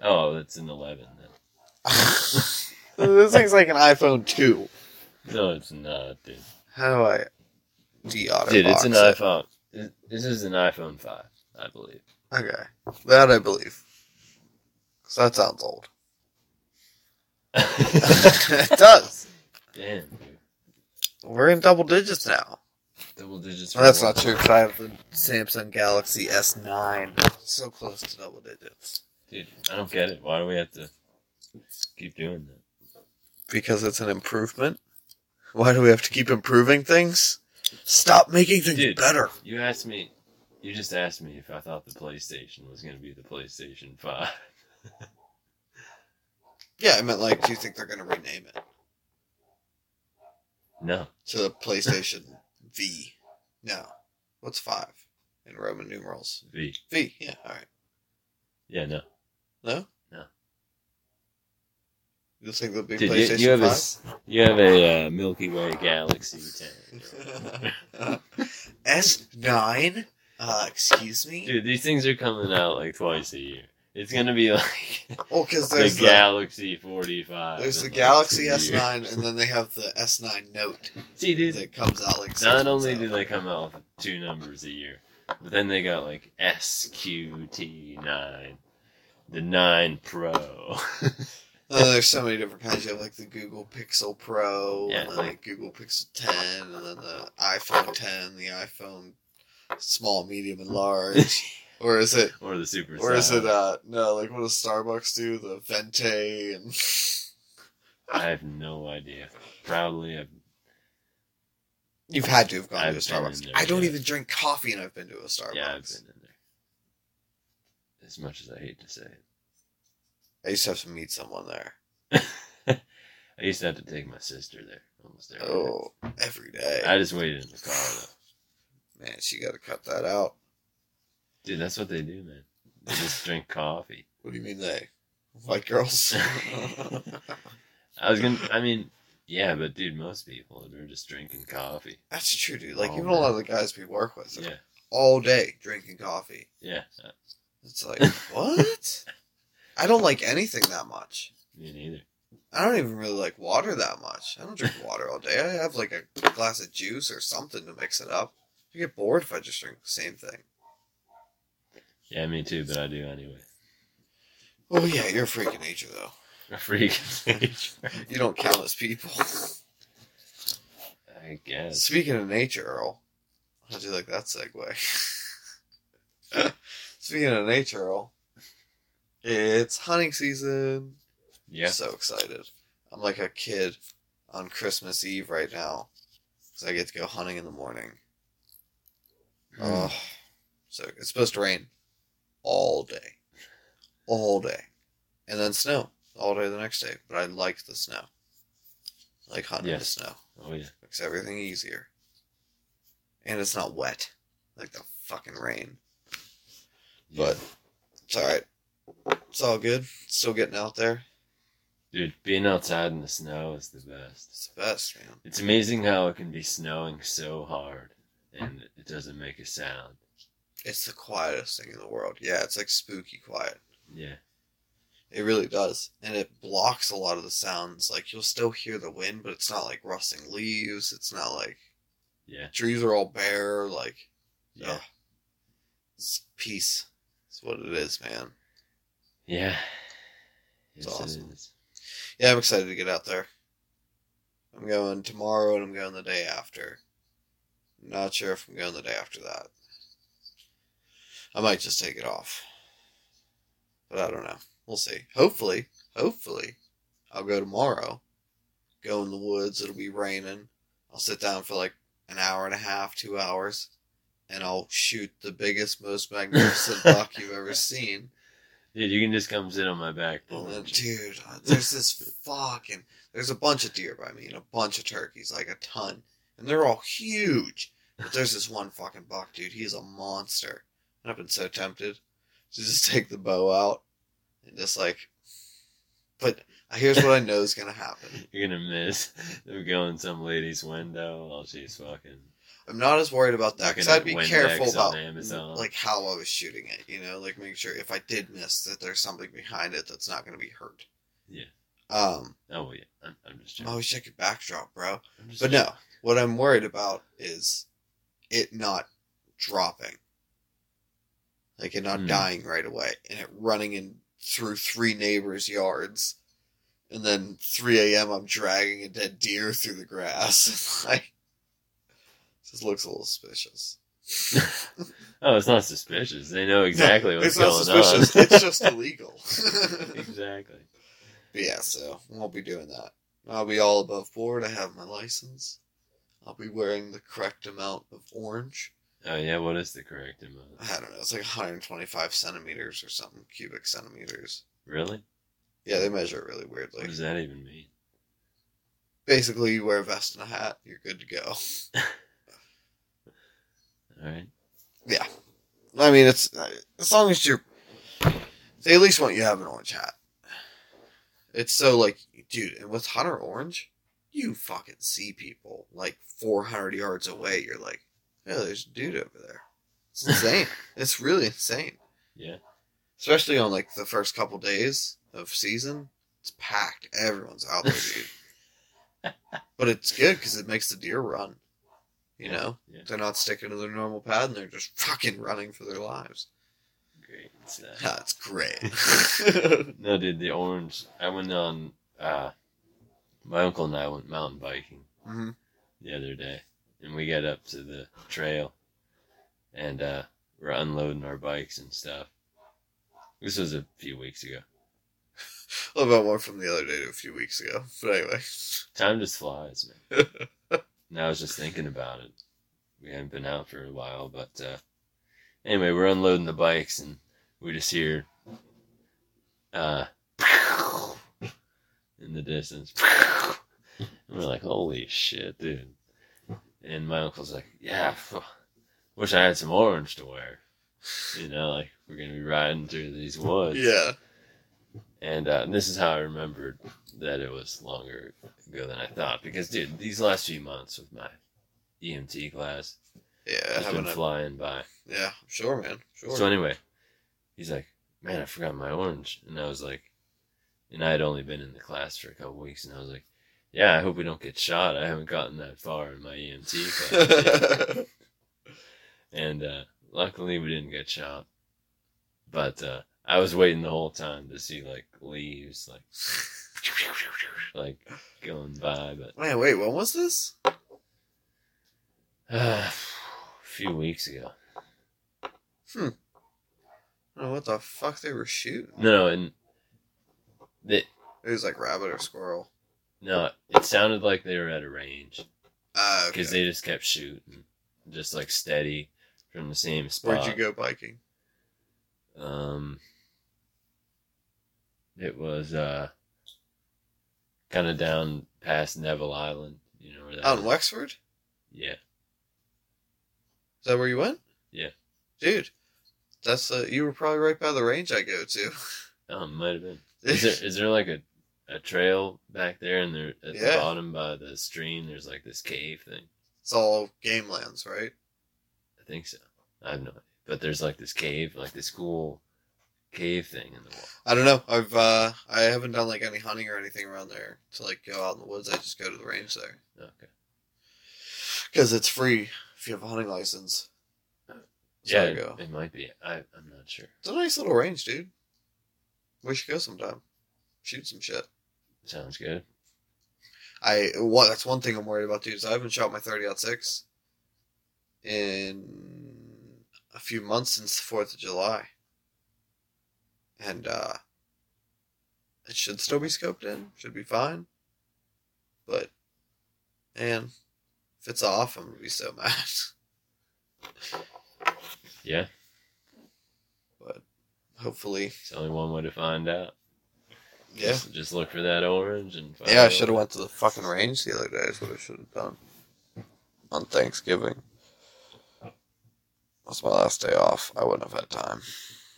B: Oh, that's an 11 then.
A: this thing's like an iPhone two.
B: No, it's not, dude.
A: How do I? De-auto
B: Dude, it's an
A: box it?
B: iPhone. This- This is an iPhone 5, I
A: [LAUGHS]
B: believe.
A: Okay, that I believe. 'Cause that sounds old. [LAUGHS] it does.
B: Damn, dude.
A: We're in double digits now.
B: Double digits.
A: Well, that's
B: for
A: not
B: one.
A: true because I have the Samsung Galaxy S9. So close to double digits.
B: Dude, I don't get it. Why do we have to keep doing that?
A: Because it's an improvement? Why do we have to keep improving things? Stop making things
B: Dude.
A: better.
B: You asked me. You just asked me if I thought the PlayStation was going to be the PlayStation 5.
A: Yeah, I meant like, do you think they're going to rename it
B: [LAUGHS] No.
A: to the PlayStation V? No. What's five in Roman numerals?
B: V.
A: V, yeah, alright.
B: Yeah, no.
A: No?
B: No.
A: You think they'll be
B: Dude, you,
A: PlayStation
B: you have a,
A: 5?
B: s- you have a uh, Milky Way Galaxy
A: [LAUGHS]
B: 10.
A: S9? Uh, excuse me?
B: Dude, these things are coming out like twice a year. It's going to be [LAUGHS] like
A: Oh, because
B: the
A: there's the,
B: Galaxy 45.
A: there's the
B: in, like,
A: Galaxy
B: two years.
A: S9, and then they have the S9 Note
B: See, dude,
A: that comes out like. six
B: not
A: months
B: only
A: out.
B: do they come out with two numbers a year, but then they got like SQT9, the 9 Pro. [LAUGHS]
A: Uh, there's so many different kinds. You have like the Google Pixel Pro,
B: Yeah,
A: and then
B: like-
A: the Google Pixel 10, and then the iPhone 10, the iPhone small, medium, and large.
B: [LAUGHS]
A: or is it?
B: or the Super
A: Or is
B: Size.
A: it? uh No, like what does Starbucks do? The Vente and.
B: I have no idea. Probably a
A: You've had to have gone
B: I've
A: to a
B: been in
A: Starbucks.
B: there,
A: I don't
B: yeah.
A: even drink coffee, and I've been to a Starbucks.
B: yeah, I've been in there. As much as I hate to say it,
A: I used to have to meet someone there.
B: I used to have to take my sister there almost every day.
A: Oh, every day.
B: I just waited in the car though.
A: Man, she got to cut that out.
B: Dude, that's what they do, man. They
A: [LAUGHS]
B: just drink coffee.
A: What do you mean they?
B: [LAUGHS]
A: White girls? [LAUGHS]
B: I was gonna. I mean, yeah, but dude, most people are just drinking coffee.
A: That's true, dude. Like
B: Oh,
A: even a lot of the guys we work with, are
B: Yeah,
A: all day drinking coffee.
B: yeah. Uh,
A: It's like what? I don't like anything that much.
B: Me neither.
A: I don't even really like water that much. I don't drink water all day. I have like a glass of juice or something to mix it up. I get bored if I just drink the same thing.
B: Yeah, me too. But I do anyway.
A: Oh yeah, you're a freak of nature though.
B: [LAUGHS] A freak nature.
A: You don't count as people.
B: I guess.
A: Speaking of nature, Earl, I do like that segue. [LAUGHS] Speaking of nature, Earl, it's hunting season.
B: Yeah.
A: So excited. I'm like a kid on Christmas Eve right now because I get to go hunting in the morning.
B: Hmm.
A: Oh, so it's supposed to rain all day, all day, and then snow all day the next day. But I like the snow, I like hunting in the
B: Yes.
A: snow
B: Oh yeah.
A: makes everything easier. And it's not wet like the fucking rain. But it's all right. It's all good. Still getting out there.
B: Dude, being outside in the snow is the best.
A: It's the best, man.
B: It's amazing how it can be snowing so hard and it doesn't make a sound.
A: It's the quietest thing in the world. Yeah, it's like spooky quiet.
B: Yeah.
A: It really does. And it blocks a lot of the sounds. Like you'll still hear the wind, but it's not like rustling leaves. It's not like
B: Yeah.
A: trees are all bare. Like,
B: Yeah.
A: ugh. it's peace. It's what it is, man.
B: Yeah.
A: It's
B: Yes, it
A: awesome.
B: is.
A: Yeah, I'm excited to get out there. I'm going tomorrow and I'm going the day after. Not sure if I'm going the day after that. I might just take it off. But I don't know. We'll see. Hopefully, hopefully, I'll go tomorrow. Go in the woods. It'll be raining. I'll sit down for like an hour and a half, two hours, and I'll shoot the biggest, most magnificent buck you've ever seen.
B: Dude, you can just come sit on my back
A: Oh, then,
B: porch.
A: dude, uh, there's this fucking. There's a bunch of deer by me and a bunch of turkeys, like a ton. And they're all huge. But there's this one fucking buck, dude. He's a monster. And I've been so tempted to just [LAUGHS] take the bow out and just like. But here's what I know is going to happen.
B: You're gonna miss [LAUGHS] them going some lady's window while she's fucking.
A: I'm not as worried about that
B: Looking
A: because I'd
B: at
A: be
B: Windex
A: careful
B: on
A: about
B: Amazon.
A: like how I was shooting it. You know, like make sure if I did miss that there's something behind it that's not going to be hurt.
B: Yeah.
A: Um.
B: Oh yeah, I'm, I'm just joking.
A: Always check your backdrop, bro.
B: I'm just
A: But
B: joking.
A: no, what I'm worried about is it not dropping, like it not
B: Hmm.
A: dying right away, and it running in through three neighbors' yards, and then 3 a.m. I'm dragging a dead deer through the grass. [LAUGHS] like, this looks a little suspicious.
B: Oh, it's not suspicious. They
A: [LAUGHS]
B: know exactly what's
A: it's not
B: going on.
A: suspicious. [LAUGHS] it's just illegal. [LAUGHS]
B: [LAUGHS]
A: but
B: exactly.
A: yeah, so I won't be doing that. I'll be all above board. I have my license. I'll be wearing the correct amount of orange.
B: Oh yeah, what is the correct amount?
A: I don't know, it's like 125 centimeters or something, cubic centimeters.
B: Really?
A: Yeah, they measure it really
B: What
A: weirdly.
B: does that even mean?
A: Basically, you wear a vest and a hat, you're good to go. [LAUGHS]
B: All right.
A: I mean, it's uh, as long as you're. They at least want you to have an orange hat. It's so like, dude, and with Hunter Orange, you fucking see people like 400 yards away. You're like, yeah, there's a dude over there. It's insane. it's really insane.
B: Yeah.
A: Especially on like the first couple days of season, it's packed. Everyone's out there, dude.
B: [LAUGHS]
A: but it's good because it makes the deer run. You
B: Yeah.
A: know,
B: Yeah.
A: they're not sticking to their normal pad and they're just fucking running for their lives.
B: Great stuff.
A: That's great.
B: [LAUGHS]
A: [LAUGHS]
B: No, dude, the orange. I went on. Uh, my uncle and I went mountain biking
A: Mhm.
B: the other day, and we got up to the trail, and uh, we're unloading our bikes and stuff. This was a few weeks ago.
A: What about one from the other day to a few weeks ago? But anyway,
B: Time just flies, man. and I was just thinking about it. We haven't been out for a while, but uh, anyway, we're unloading the bikes and we just hear uh, [LAUGHS] in the distance. [LAUGHS] and we're like, holy shit, dude. And my uncle's like, yeah, phew, wish I had some orange to wear. You know, like we're going to be riding through these woods.
A: yeah.
B: And uh, this is how I remembered that it was longer ago than I thought. Because, dude, these last few months with my EMT class
A: Yeah,
B: has been
A: having a,
B: flying by.
A: yeah, sure, man. Sure.
B: So, anyway, he's like, man, I forgot my orange. And I was like, and I had only been in the class for a couple weeks. And I was like, yeah, I hope we don't get shot. I haven't gotten that far in my EMT
A: [LAUGHS]
B: class. yet." and uh, luckily, we didn't get shot. But uh, I was waiting the whole time to see like leaves like like going by, but
A: Man, wait, when was this?
B: uh, [SIGHS] a few weeks ago.
A: I don't know what the fuck they were shooting.
B: No, and the,
A: It was like rabbit or squirrel.
B: no, it sounded like they were at a range
A: Uh, okay.
B: because they just kept shooting, just like steady from the same spot.
A: Where'd you go biking?
B: Um, it was uh, kind of down past Neville Island. You know where that?
A: Out in
B: is?
A: Wexford?
B: Yeah,
A: Is that where you went?
B: Yeah.
A: Dude, that's uh, you were probably right by the range I go to.
B: um, might have been. [LAUGHS]
A: [LAUGHS]
B: Is there is there like a a trail back there, and there at
A: Yeah.
B: the bottom by the stream, there's like this cave thing.
A: it's all game lands, right?
B: I think so. I have no idea. But there's like this cave, like this cool cave thing in the wall.
A: I don't know. I've uh, I haven't done like any hunting or anything around there to like go out in the woods. I just go to the range there
B: Okay.
A: because it's free if you have a hunting license. So
B: yeah,
A: I
B: it,
A: go.
B: it might be. I I'm not sure.
A: It's a nice little range, dude. We should go sometime. Shoot some shit.
B: Sounds good.
A: I well, that's one thing I'm worried about, dude. Is I haven't shot my thirty out six in a few months since the Fourth of July, and uh, it should still be scoped in. Should be fine, but man, if it's off, I'm gonna be so [LAUGHS] mad.
B: Yeah,
A: But hopefully,
B: it's only one way to find out.
A: yeah,
B: Just, just look for that orange and find
A: yeah. I
B: out.
A: should have went to the fucking range the other day. That's what I should have done on Thanksgiving. That's my last day off. I wouldn't have had time.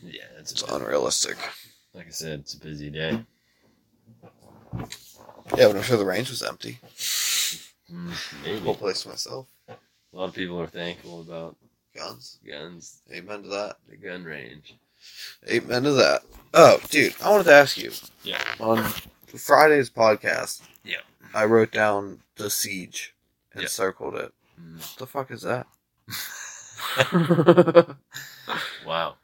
B: Yeah, it's
A: It's
B: a,
A: unrealistic.
B: like I said, it's a busy day.
A: Yeah, but I'm sure the range was empty.
B: Mm, Maybe
A: Whole place to myself.
B: a lot of people are thankful about
A: Guns.
B: guns,
A: Amen to that.
B: the gun range.
A: Amen to that. Oh, dude, I wanted to ask you.
B: Yeah.
A: On Friday's podcast.
B: Yeah.
A: I wrote down the siege and
B: Yeah.
A: circled it.
B: Mm.
A: What the fuck is that?
B: Wow,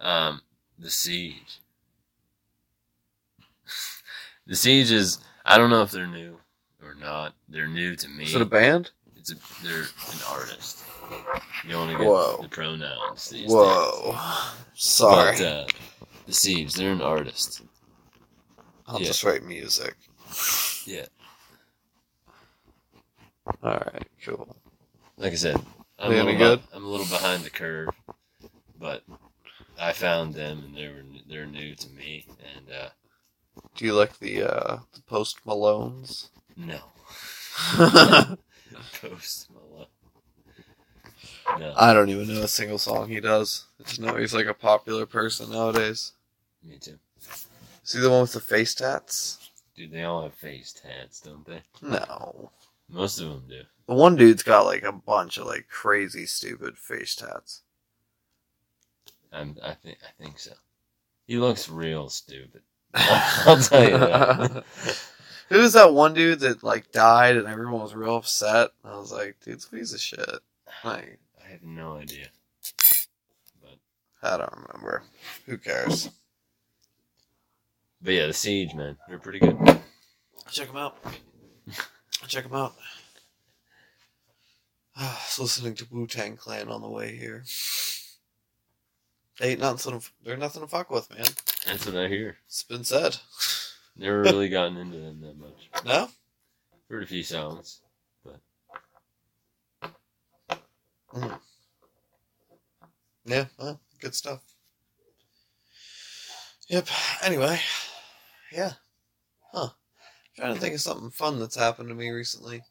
B: um, the siege. the siege is. I don't know if they're new or not. They're new to me.
A: Is it a band?
B: It's a, they're an artist. You only get
A: Whoa.
B: the pronouns. These days.
A: Whoa. Sorry.
B: But, uh, the siege. They're an artist.
A: I'll
B: yeah.
A: just write music.
B: Yeah.
A: Alright, cool.
B: like I said, I'm,
A: They
B: a
A: any
B: little
A: good?
B: be- I'm a little behind the curve, but I found them and they were they're new to me and uh,
A: Do you like the uh the post
B: [LAUGHS]
A: Malones?
B: no post Malone. No,
A: I don't even know a single song he does. I just know he's like a popular person nowadays.
B: me too.
A: See the one with the face tats?
B: Dude, they all have face tats, don't they?
A: No.
B: Most of them do.
A: The one dude's got like a bunch of like crazy stupid face tats.
B: I'm, I think I think so. He looks real stupid. [LAUGHS] I'll tell you
A: [LAUGHS]
B: that.
A: Who was that one dude that like died and everyone was real upset? I was like, dude's a piece of shit. Like,
B: I have no idea. But
A: I don't remember. Who cares?
B: but yeah, the siege man, they're pretty good.
A: Check him out. Check him out. [SIGHS] I was listening to Wu Tang Clan on the way here. They ain't nothing. They're nothing to fuck with, man.
B: That's what I hear.
A: It's been said. [LAUGHS]
B: Never really gotten into them that much.
A: No,
B: Heard a few songs.
A: Yeah, well, good stuff. Yep. Anyway, yeah. Huh. trying to think of something fun that's happened to me recently.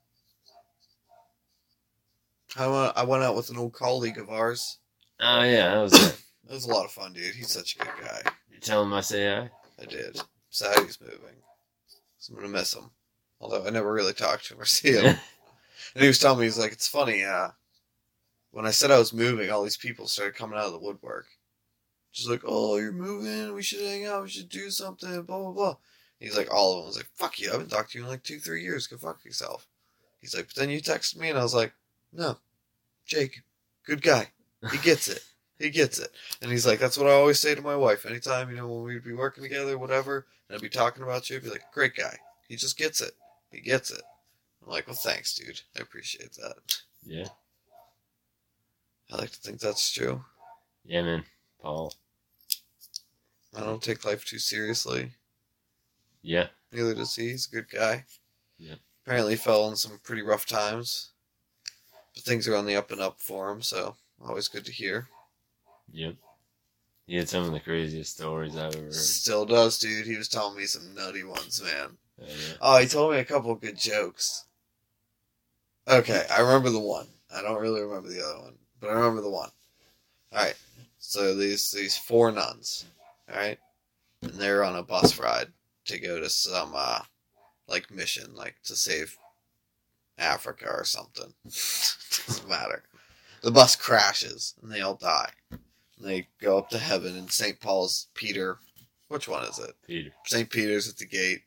A: I went, I went out with an old colleague of ours.
B: Oh yeah, that was it.
A: It was a lot of fun, dude. He's such a good guy.
B: You tell him I say hi.
A: I did. Sad he's moving. So I'm gonna miss him. Although I never really talked to him or see him. And he was telling me, he's like, it's funny, uh, when I said I was moving, all these people started coming out of the woodwork. Just like, oh, you're moving, we should hang out, we should do something, blah, blah, blah. He's like, all of them. I was like, fuck you, I haven't talked to you in like two, three years, go fuck yourself. He's like, but then you texted me, and I was like, no, Jake, good guy. He gets it. He gets it. And he's like, that's what I always say to my wife. Anytime, you know, when we'd be working together, whatever, and I'd be talking about you, I'd be like, great guy. He just gets it. He gets it. I'm like, well, thanks, dude. I appreciate that.
B: Yeah.
A: I like to think that's true.
B: Yeah, man. Paul.
A: I don't take life too seriously.
B: Yeah.
A: Neither does he. He's a good guy.
B: Yeah.
A: Apparently fell in some pretty rough times. But things are on the up and up for him, so always good to hear.
B: Yep. He had some of the craziest stories I've ever heard.
A: Still does, dude. He was telling me some nutty ones, man.
B: Uh, yeah.
A: Oh, he told me a couple good jokes. Okay, I remember the one. I don't really remember the other one, but I remember the one. All right. So these these four nuns, all right, and they're on a bus ride to go to some uh, like mission, like to save Africa or something. [LAUGHS] Doesn't matter. The bus crashes and they all die. And they go up to heaven and St. Paul's Peter. Which one is it?
B: Peter.
A: St. Peter's at the gate,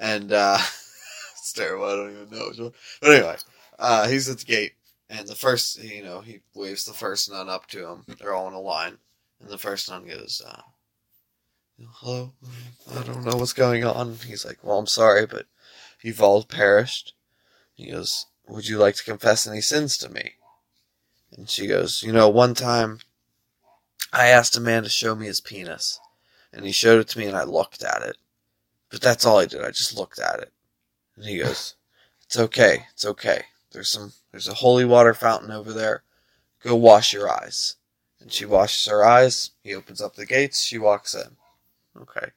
A: and uh, [LAUGHS] it's terrible. I don't even know which one. But anyway, uh, he's at the gate, and the first, you know, he waves the first nun up to him. They're all in a line, and the first nun goes, uh, "Hello, I don't know what's going on." He's like, "Well, I'm sorry, but you've all perished." He goes, "Would you like to confess any sins to me?" And she goes, "You know, one time." I asked a man to show me his penis and he showed it to me and I looked at it. But that's all I did. I just looked at it. And he goes, "It's okay. It's okay. There's some there's a holy water fountain over there. Go wash your eyes." And she washes her eyes. He opens up the gates. She walks in. Okay.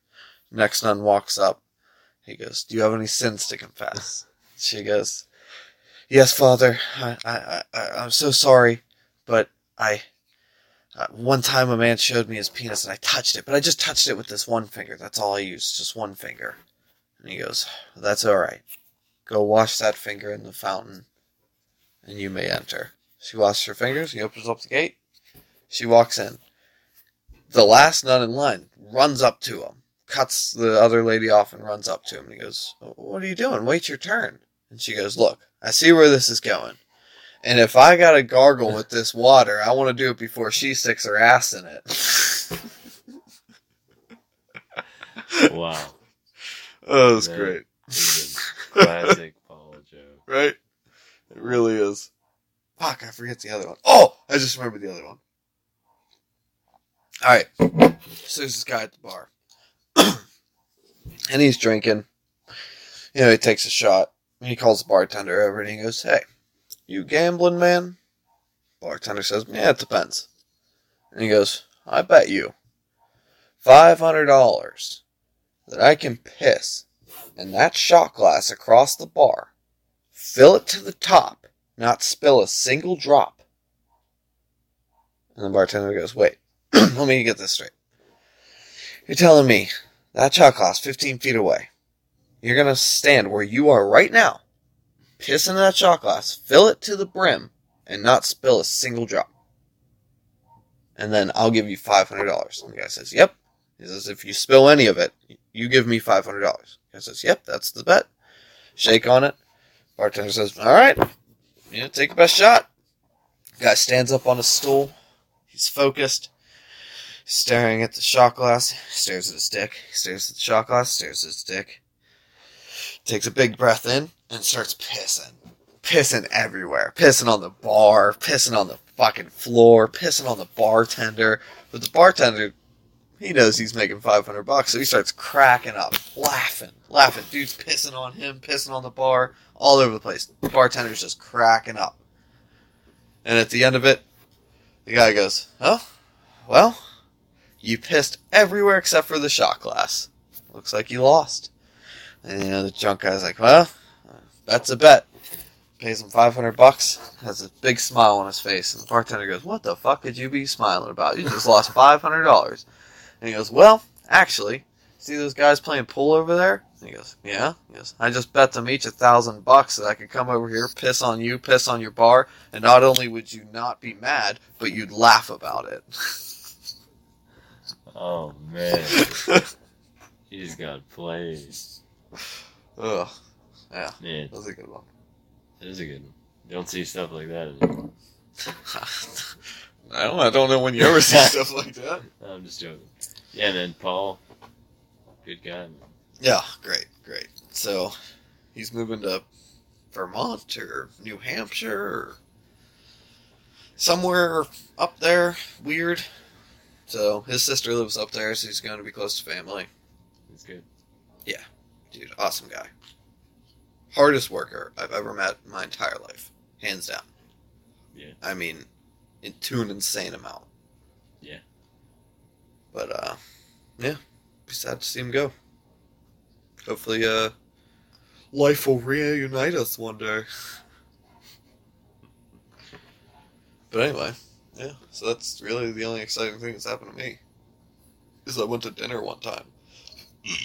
A: Next nun walks up. He goes, "Do you have any sins to confess?" She goes, "Yes, Father. I I, I I'm so sorry, but I uh, one time a man showed me his penis and I touched it, but I just touched it with this one finger. That's all I used, just one finger. And he goes, That's all right. Go wash that finger in the fountain and you may enter. She washes her fingers, he opens up the gate, she walks in. The last nun in line runs up to him, cuts the other lady off and runs up to him. And he goes, What are you doing? Wait your turn. And she goes, Look, I see where this is going. And if I gotta gargle with this water, I want to do it before she sticks her ass in it.
B: Wow.
A: [LAUGHS] oh, that's
B: Yeah.
A: great,
B: He's a classic Paul joke.
A: right? It really is. Fuck, I forget the other one. Oh, I just remembered the other one. All right, so there's this guy at the bar, [CLEARS THROAT] and he's drinking. You know, he takes a shot, and he calls the bartender over, and he goes, "Hey, you gambling man?" Bartender says, "Yeah, it depends." And he goes, "I bet you five hundred dollars that I can piss in that shot glass across the bar, fill it to the top, not spill a single drop." And the bartender goes, "Wait, [CLEARS THROAT] let me get this straight. You're telling me that shot glass, fifteen feet away, you're gonna stand where you are right now." piss into that shot glass, fill it to the brim, and not spill a single drop. And then I'll give you five hundred dollars. And the guy says, "Yep." He says, "If you spill any of it, you give me five hundred dollars." Guy says, "Yep, that's the bet." Shake on it. Bartender says, "All right, you know, take the best shot." Guy stands up on a stool. He's focused, staring at the shot glass. Stares at his dick. Stares at the shot glass. Stares at his dick takes a big breath in and starts pissing. Pissing everywhere. Pissing on the bar, pissing on the fucking floor, pissing on the bartender. But the bartender, he knows he's making 500 bucks, so he starts cracking up, laughing, laughing. Dude's pissing on him, pissing on the bar, all over the place. The bartender's just cracking up. And at the end of it, the guy goes, Oh, well, you pissed everywhere except for the shot glass. Looks like you lost. And you know, the junk guy's like, well, that's a bet. Pays him 500 bucks, has a big smile on his face. And the bartender goes, what the fuck could you be smiling about? You just lost $500. And he goes, well, actually, see those guys playing pool over there? And he goes, yeah. He goes, I just bet them each a thousand bucks that I could come over here, piss on you, piss on your bar, and not only would you not be mad, but you'd laugh about it. [LAUGHS]
B: Oh, man. He's got played.
A: Ugh,
B: Man,
A: that was a good one. [LAUGHS]
B: that is a good one. Don't see stuff like that anymore.
D: I don't. I don't know when you ever see stuff.
A: like that.
B: I'm just joking. Yeah, man, Paul, good guy. Man.
A: Yeah, great, great. So he's moving to Vermont or New Hampshire or somewhere up there. Weird. So his sister lives up there, so he's going to be close to family.
B: He's good.
A: Dude, awesome guy. Hardest worker I've ever met in my entire life, hands down.
B: Yeah.
A: I mean, in to an insane amount.
B: Yeah.
A: But uh, yeah, be sad to see him go. Hopefully, uh, life will reunite us one day. [LAUGHS] But anyway, yeah. So that's really the only exciting thing that's happened to me. Is I went to dinner one time. I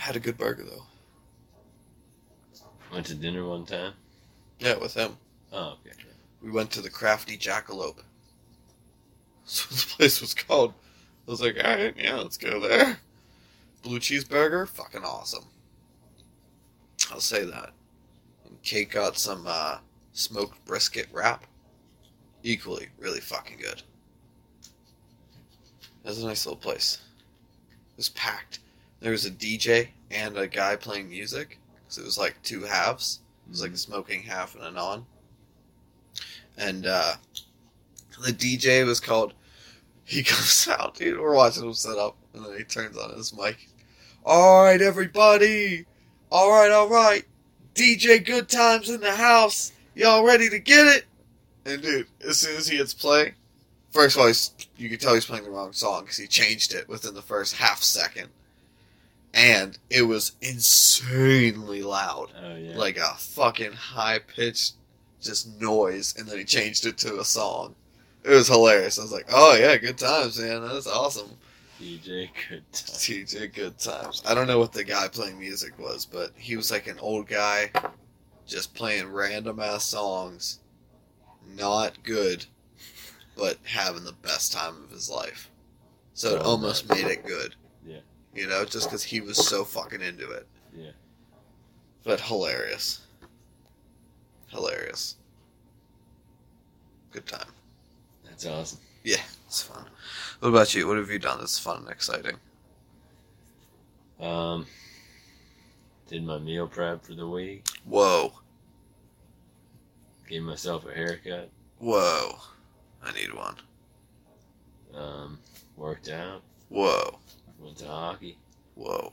A: had a good burger though.
B: Went to dinner one time.
A: Yeah, with him.
B: Oh, okay.
A: We went to the Crafty Jackalope. [LAUGHS] That's what the place was called. I was like, alright, yeah, let's go there. Blue cheeseburger, fucking awesome. I'll say that. And Kate got some uh, smoked brisket wrap. Equally, really fucking good. It was a nice little place. It was packed. There was a DJ and a guy playing music. Because it was like two halves. It was like a smoking half and a non. And uh, the DJ was called. He [LAUGHS] comes out, dude. We're watching him set up, and then he turns on his mic. All right, everybody. All right, all right. DJ Good Times in the house. Y'all ready to get it? And dude, as soon as he hits play, first of all, he's, you can tell he's playing the wrong song because he changed it within the first half second, and it was insanely loud
B: Oh yeah.
A: like a fucking high pitched just noise, and then he changed it to a song. It was hilarious. I was like, "Oh yeah, good times, man. That's awesome."
B: DJ, E good time.
A: TJ, good times. I don't know what the guy playing music was, but he was like an old guy, just playing random ass songs, not good, but having the best time of his life. So it
B: Oh,
A: almost
B: man.
A: made it good.
B: Yeah.
A: You know, just because he was so fucking into it.
B: Yeah.
A: But hilarious. Hilarious. Good time.
B: That's awesome.
A: It's fun. What about you? What have you done that's fun and exciting?
B: Um, did my meal prep for the week.
A: Whoa.
B: Gave myself a haircut.
A: Whoa. I need one.
B: Um, worked out.
A: Whoa.
B: Went to hockey.
A: Whoa.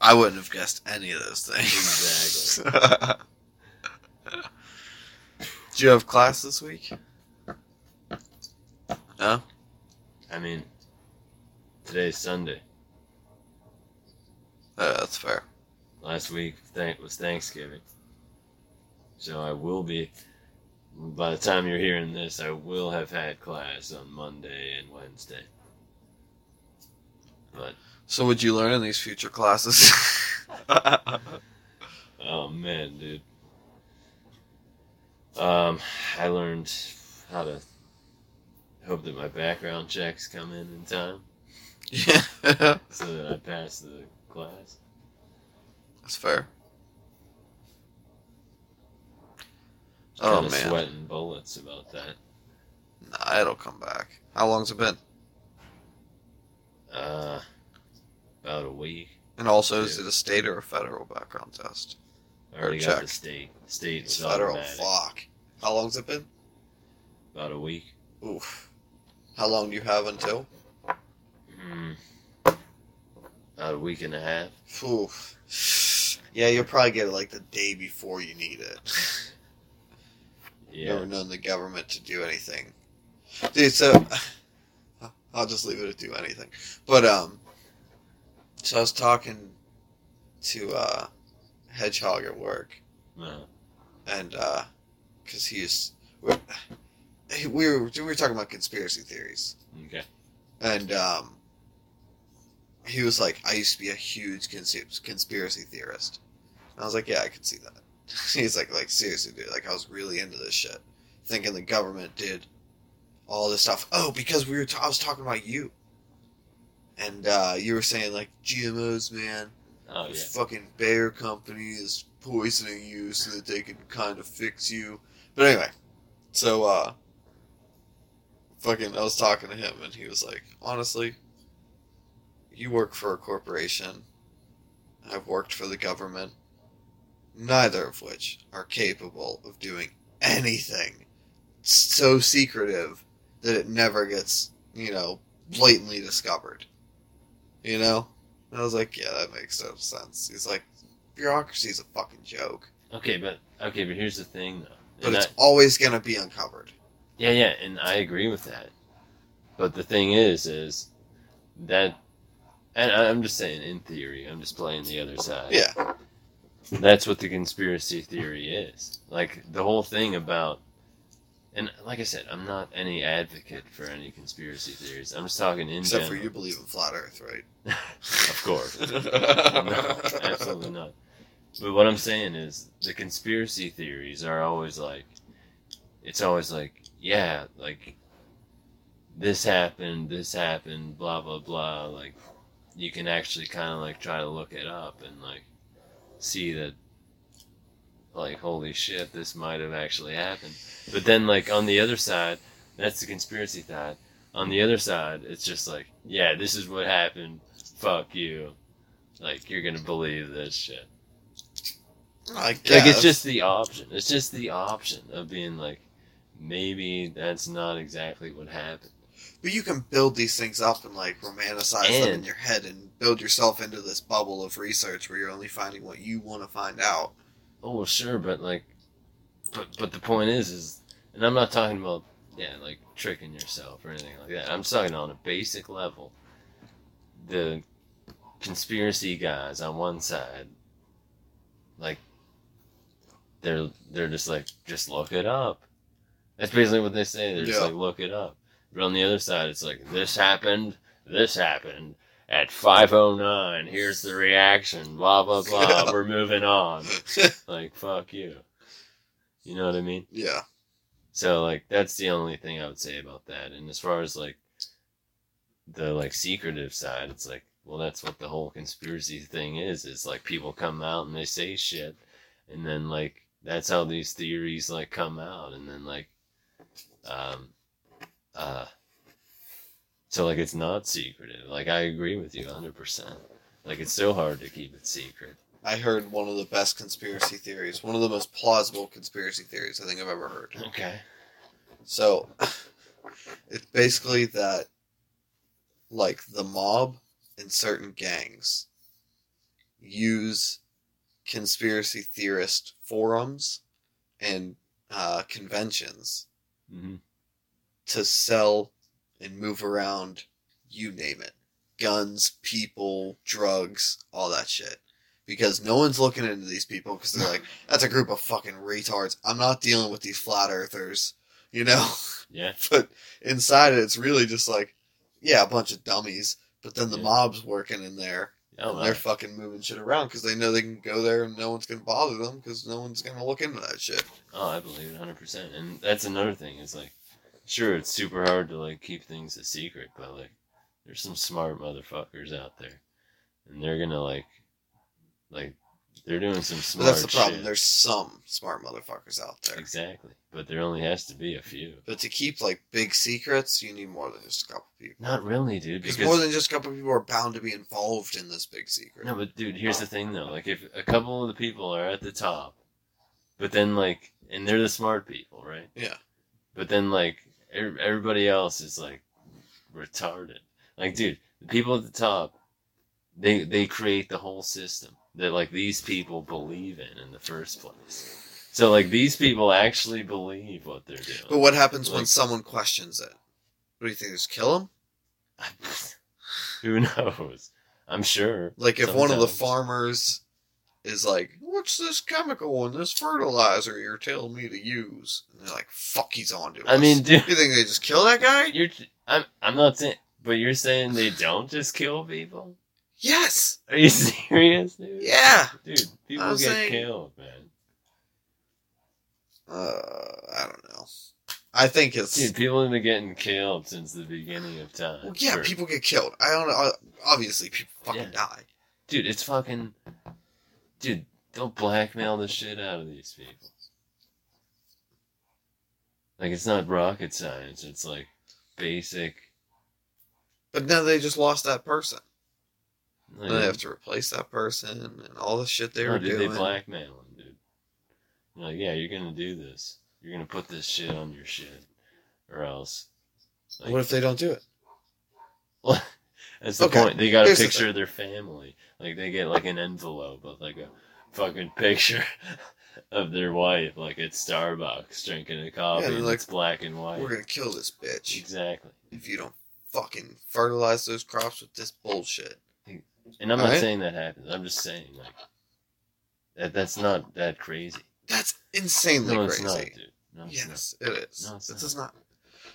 A: I wouldn't have guessed any of those things. Exactly. [LAUGHS] Do you have class this week? No?
B: I mean, today's Sunday.
A: Uh, that's fair.
B: Last week thank- was Thanksgiving. So I will be, by the time you're hearing this, I will have had class on Monday and Wednesday. But,
A: So, would you learn in these future classes? [LAUGHS]
B: oh man, dude. Um, I learned how to hope that my background checks come in in time
A: yeah. [LAUGHS]
B: so that I pass the class.
A: That's fair.
B: Kinda
A: Oh man,
B: sweating bullets about that.
A: nah, it'll come back. How long's it been?
B: Uh, about a week.
A: And also, is
B: Dude.
A: it a state or a federal background test?
B: I already
A: Or
B: got
A: check.
B: the state. State was
A: federal.
B: automatic.
A: Fuck. How long's it been?
B: About a week.
A: Oof. How long do you have until?
B: Mm. About a week and a half.
A: Oof. Yeah, you'll probably get it like the day before you need it.
B: [LAUGHS] Yeah.
A: never known the government to do anything. Dude, so [SIGHS] I'll just leave it at do anything. But um, so I was talking to uh, Hedgehog at work,
B: Uh-huh.
A: and uh, because he's we we were we were talking about conspiracy theories,
B: Okay.
A: and um, he was like, I used to be a huge cons- conspiracy theorist. And I was like, yeah, I could see that. [LAUGHS] He's like, like seriously, dude, like I was really into this shit, thinking the government did all this stuff. Oh, because we were, t- I was talking about you, and uh, you were saying like GMOs, man,
B: Oh
A: this
B: yeah.
A: fucking bear company is poisoning you so that they can kind of fix you. But anyway, so uh, fucking, I was talking to him, and he was like, honestly, you work for a corporation. I've worked for the government. Neither of which are capable of doing anything so secretive that it never gets, you know, blatantly discovered. You know? And I was like, yeah, that makes no sense. He's like, bureaucracy's a fucking joke.
B: Okay, but okay, but here's the thing though.
A: But
B: And
A: it's
B: I-
A: always going to be uncovered.
B: yeah, yeah, and I agree with that. But the thing is, is that, and I- I'm just saying in theory, I'm just playing the other side.
A: Yeah.
B: That's what the conspiracy theory is. Like the whole thing about, and like I said, I'm not any advocate for any conspiracy theories. I'm just talking in
A: Except for
B: general.
A: you believe in flat Earth, right?
B: of course. [LAUGHS]
A: [LAUGHS]
B: no, absolutely not. But what I'm saying is the conspiracy theories are always like, it's always like, yeah, like this happened, this happened, blah blah blah. Like you can actually kind of like try to look it up and like see that, like holy shit, this might have actually happened. But then like on the other side, that's the conspiracy side. On the other side, it's just like, yeah, this is what happened. Fuck you. Like you're gonna believe this shit.
A: I guess.
B: Like it's just the option. It's just the option of being like, maybe that's not exactly what happened.
A: But you can build these things up and like romanticize them in
B: And-
A: your head and build yourself into this bubble of research where you're only finding what you want to find out.
B: Oh well, sure, but like, but but the point is, is, and I'm not talking about yeah, like tricking yourself or anything like that. I'm just talking on a basic level. The conspiracy guys on one side, like, they're they're just like, just look it up. That's basically what they say. They're just
A: Yeah.
B: like, look it up. But on the other side, it's like this happened, this happened at 509. Here's the reaction. Blah blah blah. We're moving on. Like fuck you. You know what I mean?
A: Yeah.
B: So like that's the only thing I would say about that. And as far as like the like secretive side, it's like well that's what the whole conspiracy thing is. It's like people come out and they say shit and then like that's how these theories like come out and then like um uh so like it's not secretive. Like I agree with you 100%. Like it's so hard to keep it secret. [LAUGHS]
A: I heard one of the best conspiracy theories, one of the most plausible conspiracy theories I think I've ever heard.
B: Okay.
A: So [LAUGHS] it's basically that like the mob and certain gangs use conspiracy theorist forums and uh, conventions
B: hmm
A: to sell and move around you name it guns people drugs all that shit because no one's looking into these people because they're like that's a group of fucking retards i'm not dealing with these flat earthers you know
B: Yeah.
A: [LAUGHS] but inside it it's really just like yeah a bunch of dummies but then the
B: Yeah.
A: mob's working in there
B: Oh,
A: and
B: my.
A: they're fucking moving shit around because they know they can go there and no one's gonna bother them because no one's gonna look into that shit
B: Oh, I believe it hundred percent. And that's another thing, is like sure it's super hard to like keep things a secret, but like there's some smart motherfuckers out there. And they're gonna like like they're doing some
A: but
B: smart
A: that's the problem
B: shit.
A: there's some smart motherfuckers out there
B: Exactly. But there only has to be a few.
A: But to keep like big secrets, you need more than just a couple people.
B: Not really, dude,
A: Because
B: because
A: more than just a couple people are bound to be involved in this big secret.
B: No, but dude, here's the thing though. Like, if a couple of the people are at the top, but then like, and they're the smart people, right?
A: Yeah.
B: But then like, ev- everybody else is like retarded. Like, dude, the people at the top, they they create the whole system that like these people believe in in the first place. So like, these people actually believe what they're doing.
A: But what happens when
B: Like-
A: someone questions it? What do you think? Just kill them?
B: [LAUGHS] Who knows? I'm sure.
A: Like if one of the
B: sometimes.
A: farmers is like, "What's this chemical and this fertilizer you're telling me to use?" And they're like, "Fuck, he's on to
B: I
A: us."
B: mean, dude.
A: you think they just kill that guy?
B: You're, I'm, I'm not saying, but you're saying they don't just kill people?
A: Yes.
B: Are you [LAUGHS] serious, dude?
A: Mm-hmm. Yeah.
B: Dude, people
A: I'm
B: get
A: saying-
B: killed, man.
A: Uh, I don't know. I think it's
B: Dude, people have been getting killed since the beginning of time.
A: well, yeah.
B: for-
A: People get killed. I don't know. Obviously, people fucking
B: Yeah.
A: die.
B: Dude, it's fucking. Dude, don't blackmail the shit out of these people. Like it's not rocket science. It's like basic.
A: But now they just lost that person.
B: Like,
A: Now they have to replace that person and all the shit they
B: no,
A: were
B: dude,
A: doing.
B: they blackmail him, dude. Like, yeah, you're gonna do this. You're gonna put this shit on your shit, or else. [LAUGHS] Like,
A: what if they don't do it?
B: That's the
A: Okay,
B: point. They got a
A: here's the
B: picture of their family. Like they get like an envelope of like a fucking picture [LAUGHS] of their wife, like at Starbucks drinking a coffee.
A: they're
B: and
A: like,
B: it's black and white.
A: We're gonna kill this bitch
B: Exactly.
A: if you don't fucking fertilize those crops with this bullshit.
B: And I'm not
A: Alright.
B: saying that happens. I'm just saying like that. That's not that crazy.
A: That's insanely
B: no,
A: crazy.
B: it's not, dude. No, it's not.
A: Yes, it is.
B: No, it's
A: this
B: not.
A: is not.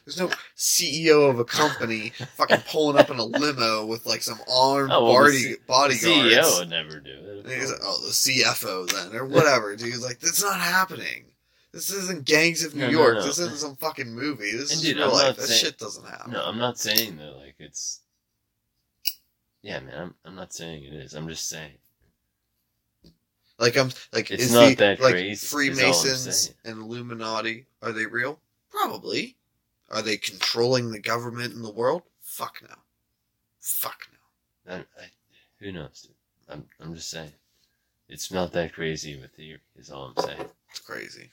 A: There's no CEO of
B: [LAUGHS]
A: a company fucking pulling up in a limo with like some armed
B: Oh, well, the
A: body,
B: C- E The
A: bodyguards.
B: CEO would never do it. of
A: And he's like,
B: course.
A: oh, the CFO then, or whatever, dude. Like, that's not happening. This isn't Gangs of New
B: No, no,
A: York.
B: no.
A: This isn't some fucking movie. This
B: And
A: is
B: dude,
A: real
B: I'm
A: life.
B: not
A: That
B: saying-
A: shit doesn't happen.
B: No, I'm not saying that. Like it's. Yeah, man. I'm, I'm not saying it is. I'm just saying.
A: Like, I'm like,
B: It's
A: is
B: not
A: the,
B: that
A: like
B: crazy, is all I'm
A: Freemasons
B: saying.
A: and Illuminati are they real? Probably. Are they controlling the government in the world? Fuck no. Fuck no.
B: I, I, who knows? Dude? I'm I'm just saying, it's not that crazy of a theory. Is all I'm saying.
A: It's crazy.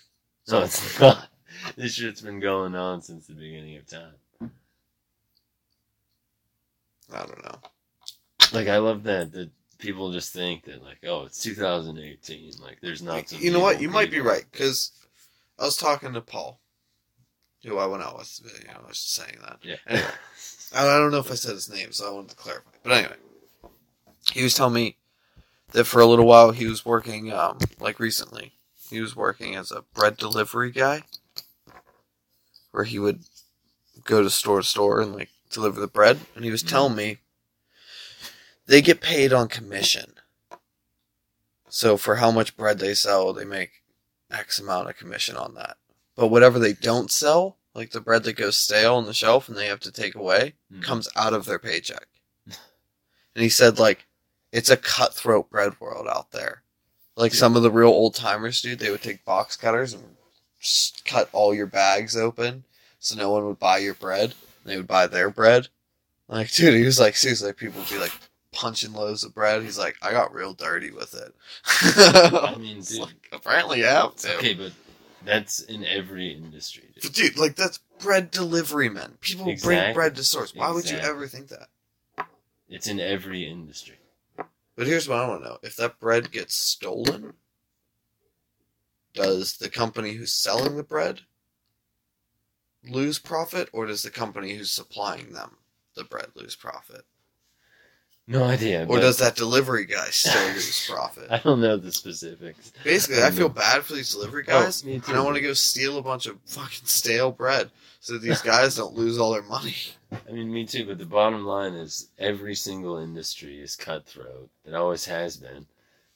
B: No, it's [LAUGHS] not. This shit's been going on since the beginning of time.
A: I don't know.
B: Like I love that that people just think that like oh it's 2018 like there's not some
A: you know what?
B: evil
A: You might be
B: people.
A: right because I was talking to Paul, who I went out with. You know, I was just saying that. [LAUGHS]
B: yeah
A: Anyway. I I don't know if I said his name, so I wanted to clarify. But anyway, he was telling me that for a little while he was working, um, like recently, he was working as a bread delivery guy, where he would go to store to store and like deliver the bread. And he was
B: Mhm.
A: telling me they get paid on commission. So for how much bread they sell, they make X amount of commission on that. But whatever they don't sell, like the bread that goes stale on the shelf and they have to take away,
B: Mm. [LAUGHS]
A: comes out of their paycheck. and he said, like, it's a cutthroat bread world out there. Like
B: Yeah.
A: some of the real old timers, dude, they would take box cutters and s- cut all your bags open so no one would buy your bread. They would buy their bread. Like, [LAUGHS] dude, he was like, seriously, like, people would be like punching loaves of bread. He's like, I got real dirty with it.
B: Hmm. I mean
A: [LAUGHS] It's
B: dude
A: like, apparently, I have to.
B: okay but that's in every industry dude.
A: But dude, like that's bread delivery men. People bring
B: Exactly.
A: bread to stores. Why would you
B: Exactly.
A: ever think that?
B: it's in every industry
A: But here's what I want to know: if that bread gets stolen, does the company who's selling the bread lose profit, or does the company who's supplying them the bread lose profit,
B: no idea
A: or
B: but
A: does that delivery guy
B: [LAUGHS]
A: still lose profit?
B: I don't know the specifics
A: Basically, I feel bad for these delivery
B: Oh,
A: guys,
B: me
A: and I
B: too.
A: want to go steal a bunch of fucking stale bread so
B: [LAUGHS]
A: that these guys don't lose all their money.
B: I mean, me too. But the bottom line is every single industry is cutthroat. It always has been,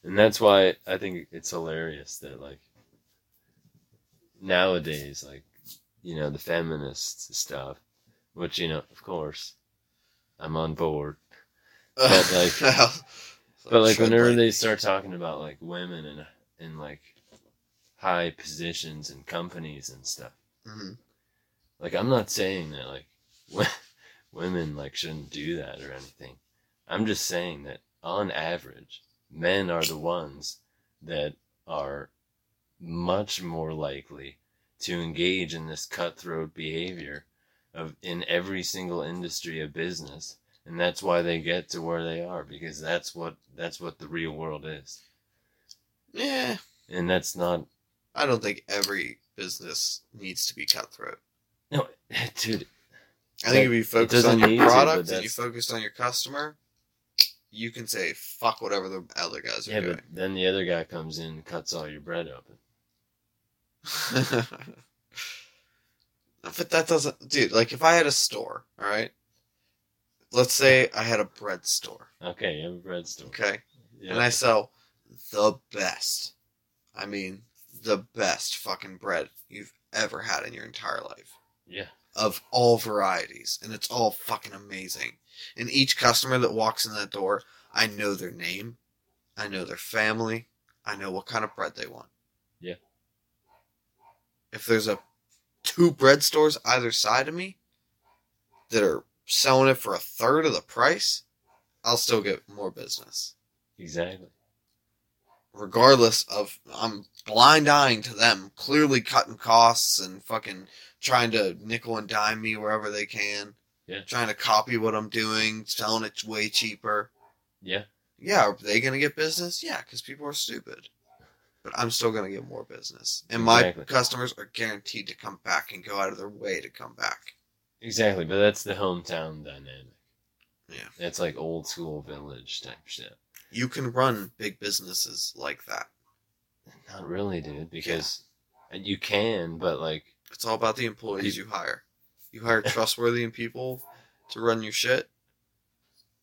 B: and that's why I think it's hilarious that like nowadays, like you know, the feminist stuff, which you know, of course, I'm on board. But,
A: [LAUGHS]
B: like- But like whenever they start talking about like women and and like high positions and companies and stuff.
A: hmm
B: like i'm not saying that like wo- [LAUGHS] women like shouldn't do that or anything i'm just saying that on average men are the ones that are much more likely to engage in this cutthroat behavior of in every single industry of business and that's why they get to where they are because that's what that's what the real world is
A: Yeah,
B: and that's not [LAUGHS]
A: I don't think every business needs to be cutthroat.
B: no dude
A: I think if you focus on
B: doesn't need to,
A: your
B: but
A: product and
B: that's-
A: you focus on your customer, you can say fuck whatever the other guys are
B: yeah
A: doing.
B: but then the other guy comes in and cuts all your bread open
A: [LAUGHS] But... that doesn't, dude. Like if I had a store, all right. Let's say I had a bread store,
B: Okay, you have a bread store.
A: okay,
B: Yeah.
A: and I sell the best. I mean, the best fucking bread you've ever had in your entire life.
B: yeah.
A: of all varieties, and it's all fucking amazing. And each customer that walks in that door, I know their name, I know their family, I know what kind of bread they want.
B: Yeah.
A: If there's a two bread stores either side of me that are selling it for a third of the price, I'll still get more business.
B: Exactly.
A: regardless of I'm blind eyeing to them, clearly cutting costs and fucking trying to nickel and dime me wherever they can.
B: Yeah.
A: Trying to copy what I'm doing, selling it way cheaper.
B: Yeah.
A: Yeah, are they gonna get business? Yeah, because people are stupid. But I'm still gonna get more business, and my
B: Exactly.
A: customers are guaranteed to come back and go out of their way to come back.
B: Exactly, but that's the hometown dynamic.
A: Yeah.
B: That's like old school village type shit.
A: You can run big businesses like that.
B: Not really, dude, because and you can, but like
A: It's all about the employees you hire.
B: [LAUGHS]
A: You hire trustworthy people to run your shit.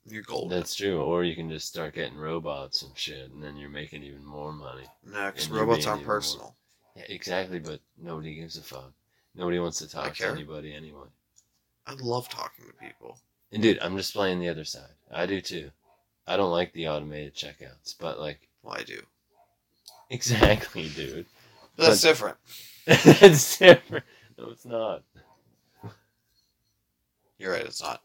A: You're golden.
B: that's true. Or you can just start getting robots and shit, and then you're making even more money.
A: No, because
B: and you
A: robots
B: may
A: aren't
B: need more.
A: personal.
B: Yeah, exactly, but nobody gives a fuck. Nobody wants to talk to
A: care.
B: anybody anyway.
A: I love talking to people.
B: And dude, I'm just playing the other side. I do too. I don't like the automated checkouts, but like [LAUGHS]
A: Well, I do.
B: exactly, dude. [LAUGHS]
A: But that's different.
B: it's different. No, it's not.
A: You're right, it's not.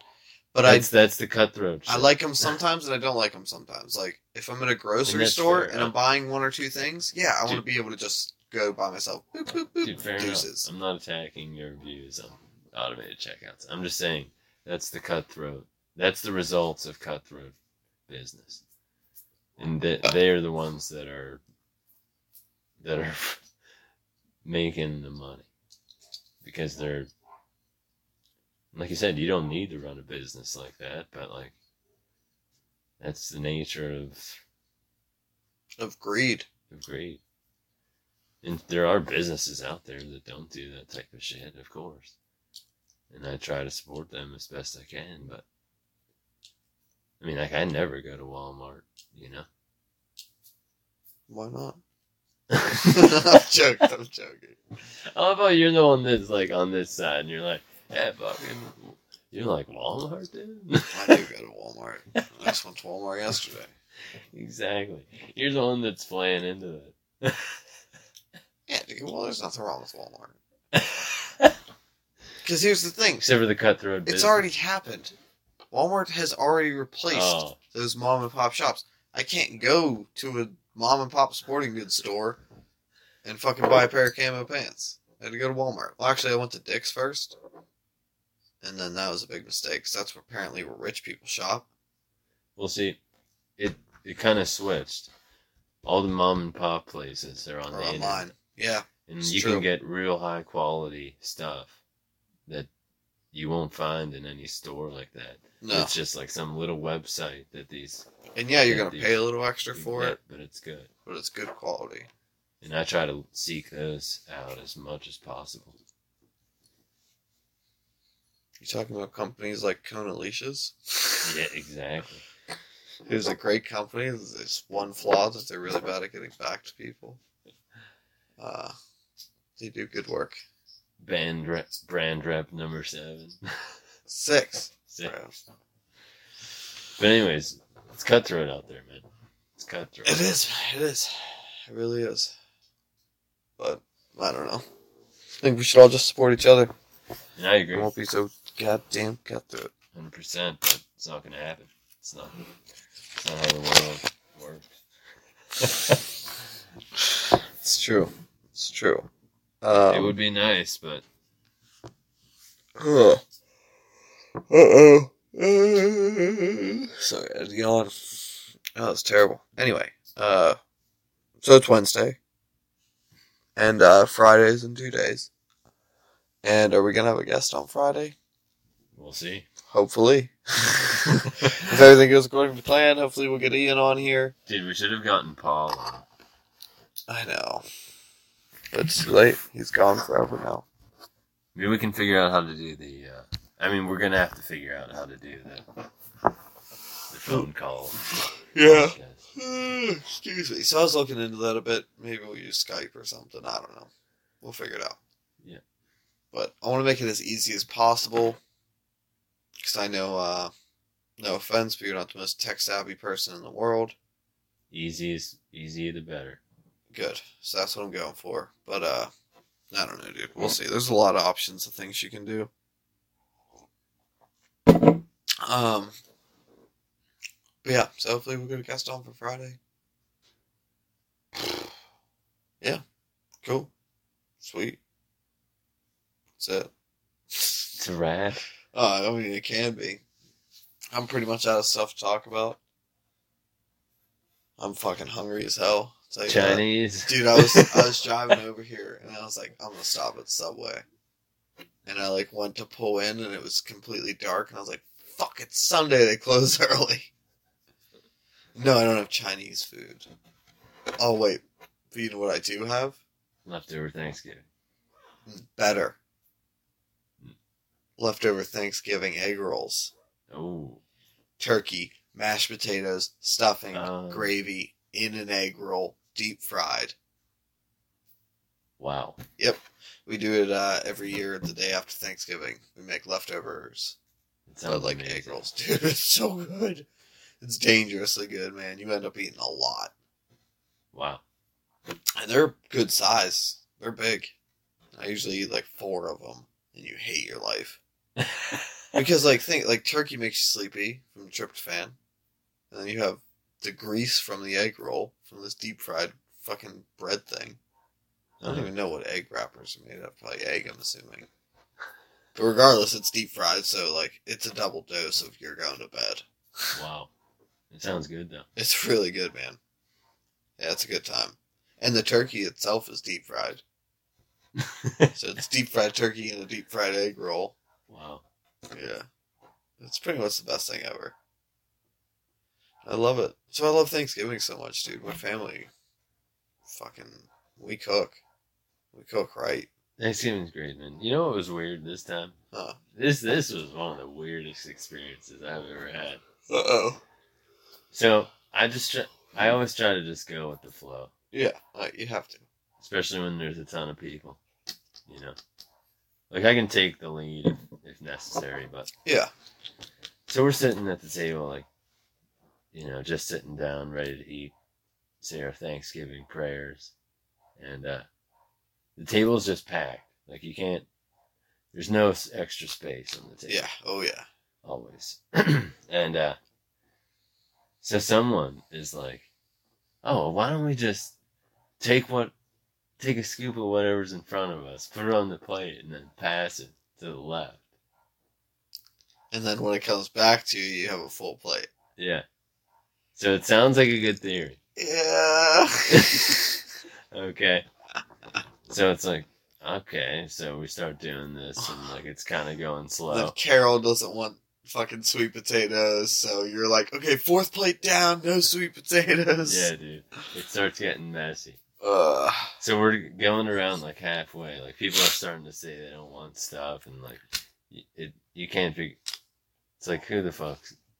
A: But I,
B: that's that's the cutthroat.
A: I
B: shit.
A: like them sometimes and I don't like them sometimes. Like, if I'm in a grocery
B: that's
A: store
B: fair,
A: and
B: huh?
A: I'm buying one or two things, yeah, I want to
B: Dude.
A: be able to just go by myself. Boop, boop, boop.
B: Dude, fair
A: deuces.
B: enough. I'm not attacking your views on automated checkouts. I'm just saying that's the cutthroat. That's the results of cutthroat business, and that
A: Uh,
B: they are the ones that are that are [LAUGHS] making the money because they're like you said, you don't need to run a business like that, but like that's the nature of
A: Of greed.
B: of greed. And there are businesses out there that don't do that type of shit, of course. And I try to support them as best I can, but I mean, like I never go to Walmart, you know.
A: Why
B: [LAUGHS]
A: not? [LAUGHS] I'm
B: I
A: joking. I'm joking.
B: love how you're the one that's like on this side, and you're like, "Yeah, fucking," you're like Walmart, dude. [LAUGHS]
A: I do go to Walmart. I just went to Walmart yesterday.
B: exactly. You're the one that's playing into that.
A: Yeah, dude, well, there's nothing wrong with Walmart.
B: [LAUGHS]
A: Because here's the thing
B: Except for the cutthroat.
A: It's
B: business.
A: already happened. Walmart has already replaced
B: Oh.
A: those mom and pop shops. I can't go to a mom and pop sporting goods store and fucking buy a pair of camo pants. I had to go to Walmart. Well, actually, I went to Dick's first, and then that was a big mistake. 'cause that's where apparently where rich people shop.
B: Well, see, it it kind of switched. All the mom and pop places are on
A: Or
B: the internet,
A: online, yeah.
B: and
A: It's
B: you
A: true.
B: can get real high quality stuff that you won't find in any store like that.
A: No,
B: It's just like some little website that these
A: and yeah, you're
B: yeah,
A: gonna
B: these-
A: pay a little extra
B: you
A: for
B: get,
A: it,
B: but it's good.
A: but it's good quality.
B: And I try to seek those out as much as possible.
A: You're talking about companies like Kona Leashes.
B: Yeah, exactly.
A: [LAUGHS] It was a great company. There's one flaw that they're really bad at getting back to people. Uh, they do good work.
B: Band rep, brand rep number seven. [LAUGHS]
A: Six.
B: Sick.
A: bro.
B: But anyways, it's cutthroat out there, man. It's cutthroat.
A: It is. It is. It really is. But I don't know. I think we should all just support each other.
B: And I agree.
A: We won't be so goddamn cutthroat.
B: hundred percent, but it's not gonna happen. It's not. It's not how the world works.
A: It's true. It's true. Um,
B: it would be nice, but
A: Uh oh. Uh, Sorry, I was yelling. Oh, that was terrible. Anyway, uh, so it's Wednesday, and uh, Friday's in two days. And are we gonna have a guest on Friday?
B: we'll see.
A: Hopefully, [LAUGHS] if everything goes according to plan, hopefully we'll get Ian on here.
B: Dude, we should have gotten Paul. on.
A: I know, but it's too late. He's gone forever now.
B: Maybe we can figure out how to do the. Uh, I mean, we're gonna have to figure out how to do the the phone call.
A: Oh. Yeah.
B: podcast.
A: Hmm, Excuse me. So I was looking into that a bit. Maybe we'll use Skype or something. I don't know. We'll figure it out.
B: Yeah.
A: But I want to make it as easy as possible. Because I know, uh, no offense, but you're not the most tech savvy person in the world.
B: Easy is easy the better.
A: Good. So that's what I'm going for. But, uh, I don't know, dude. We'll see. There's a lot of options of things you can do. Um, but yeah. So hopefully we'll go to cast on for Friday. [SIGHS] Yeah. Cool. Sweet. That's it.
B: It's a wrap.
A: Uh, I mean, it can be. I'm pretty much out of stuff to talk about. I'm fucking hungry as hell. I'll Tell you that.
B: Chinese.
A: Dude, I was I was driving over here and I was like, I'm gonna stop at Subway. And I like went to pull in and it was completely dark and I was like, fuck it's Sunday, they close [LAUGHS] early. No, I don't have Chinese food. Oh wait, but you know what I do have?
B: Leftover Thanksgiving.
A: Better.
B: Hmm.
A: Leftover Thanksgiving egg rolls,
B: Oh,
A: turkey, mashed potatoes, stuffing,
B: Um.
A: gravy, in an egg roll, deep fried.
B: wow.
A: We do it uh, every year the day after Thanksgiving. We make leftovers.
B: It
A: But
B: sounds
A: like
B: amazing.
A: egg rolls, [LAUGHS] dude. It's so good. It's dangerously good, man. You end up eating a lot. [LAUGHS]
B: Wow.
A: And they're good size. They're big. I usually eat like four of them, and you hate your life because like think like turkey makes you sleepy from tryptophan, and then you have the grease from the egg roll from this deep fried fucking bread thing. I don't
B: Uh-huh.
A: even know what egg wrappers are made of. Probably egg, I'm assuming. But regardless, it's deep fried, so like it's a double dose of you're going to bed.
B: Wow. It sounds good though.
A: It's [LAUGHS] really good, man. Yeah, it's a good time. And the turkey itself is deep fried. so it's deep fried turkey and a deep fried egg roll.
B: Wow.
A: Yeah. It's pretty much the best thing ever. I love it. So I love Thanksgiving so much, dude. My family fucking we cook. We cook right.
B: Thanksgiving's great, man. You know what was weird this time?
A: Huh.
B: This this was one of the weirdest experiences I've ever had.
A: Uh oh.
B: So I just try, I always try to just go with the flow,
A: Yeah, uh, you have to.
B: especially when there's a ton of people. You know, like I can take the lead if, if necessary, but
A: Yeah.
B: So we're sitting at the table, like, you know, just sitting down, ready to eat, say our Thanksgiving prayers. And uh, the table's just packed. Like, you can't, there's no s- extra space on the table.
A: Yeah. Oh yeah.
B: Always. [CLEARS THROAT] and uh, so someone is like, oh, why don't we just take what, take a scoop of whatever's in front of us, put it on the plate, and then pass it to the left.
A: And then when it comes back to you, you have a full plate.
B: Yeah. So it sounds like a good theory.
A: Yeah. [LAUGHS]
B: Okay. So it's like, okay, so we start doing this and like it's kind of going
A: then
B: slow.
A: Carol doesn't want fucking sweet potatoes, so you're like, okay, fourth plate down, no sweet potatoes.
B: Yeah, dude. It starts getting messy.
A: Ugh.
B: So we're going around like halfway. Like people are starting to say they don't want stuff and like y- it you can't figure It's like who the fuck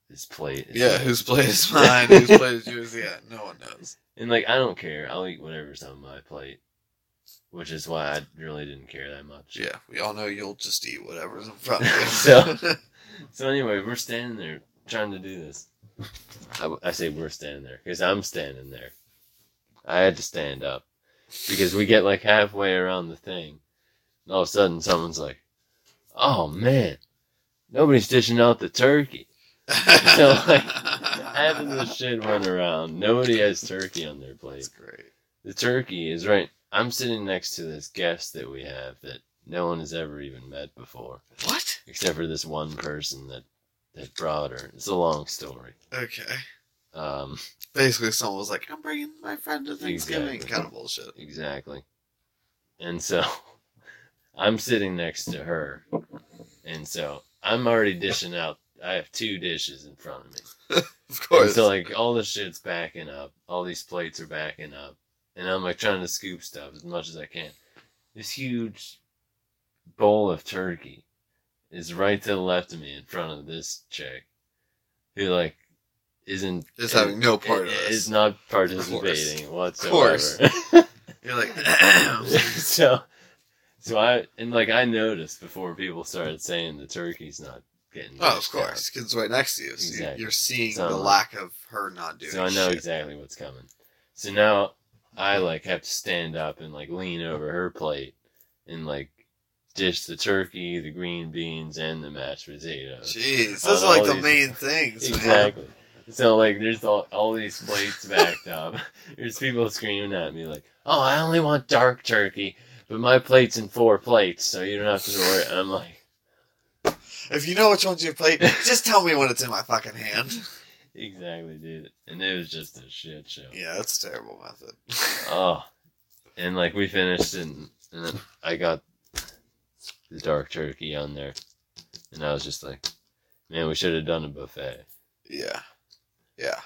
B: is plate? is
A: Yeah,
B: mine?
A: whose
B: [LAUGHS]
A: plate is mine? whose plate is yours? Yeah, no one knows.
B: And like I don't care. I'll eat whatever's on my plate. Which is why I really didn't care that much.
A: Yeah, we all know you'll just eat whatever's in
B: [LAUGHS]
A: front of you. [LAUGHS]
B: So- So anyway, we're standing there trying to do this. I, I say we're standing there because I'm standing there. I had to stand up because we get like halfway around the thing, and all of a sudden someone's like, "Oh man, nobody's dishing out the turkey." [LAUGHS] So, like, Half of this shit went around. Nobody has turkey on their plate.
A: That's great.
B: The turkey is right. I'm sitting next to this guest that we have that no one has ever even met before,
A: What?
B: except for this one person that that brought her. It's a long story.
A: Okay.
B: Um, [LAUGHS]
A: Basically, someone was like, "I'm bringing my friend to Thanksgiving."
B: Exactly.
A: Kind of bullshit.
B: exactly. And so [LAUGHS] I'm sitting next to her. And so I'm already dishing out. I have two dishes in front of me.
A: Of
B: And
A: course.
B: so, like, all the shit's backing up. All these plates are backing up. And I'm, like, trying to scoop stuff as much as I can. This huge bowl of turkey is right to the left of me in front of this chick who, like, isn't.
A: Just having no part of
B: is- Is
A: this.
B: not participating whatsoever.
A: course.
B: [LAUGHS]
A: You're like, Oh.
B: so, so I and like I noticed before people started saying the turkey's not getting.
A: [CLEARS THROAT] "Oh, of
B: dished out.
A: course," because it's right next to you. So you-
B: Exactly.
A: you're seeing
B: So
A: the
B: I'm
A: lack of her not doing.
B: So I know
A: shit.
B: exactly what's coming. So now I like have to stand up and like lean over her plate and like dish the turkey, the green beans, and the mashed potatoes.
A: Jeez,
B: On
A: those are like
B: all
A: the
B: Oh, these-
A: main things, man.
B: Exactly. So like, there's all, all these plates backed up. [LAUGHS] There's people screaming at me like, "Oh, I only want dark turkey, but my plate's in four plates, so you don't have to worry." And I'm like,
A: If you know which one's
B: [LAUGHS]
A: your plate, just tell me when it's in my fucking hand.
B: "Exactly, dude." And it was just a shit show.
A: Yeah, that's a terrible method.
B: Oh, and like we finished, and and then I got the dark turkey on there, and I was just like, "Man, we should have done a buffet."
A: [LAUGHS] Yeah. Yeah.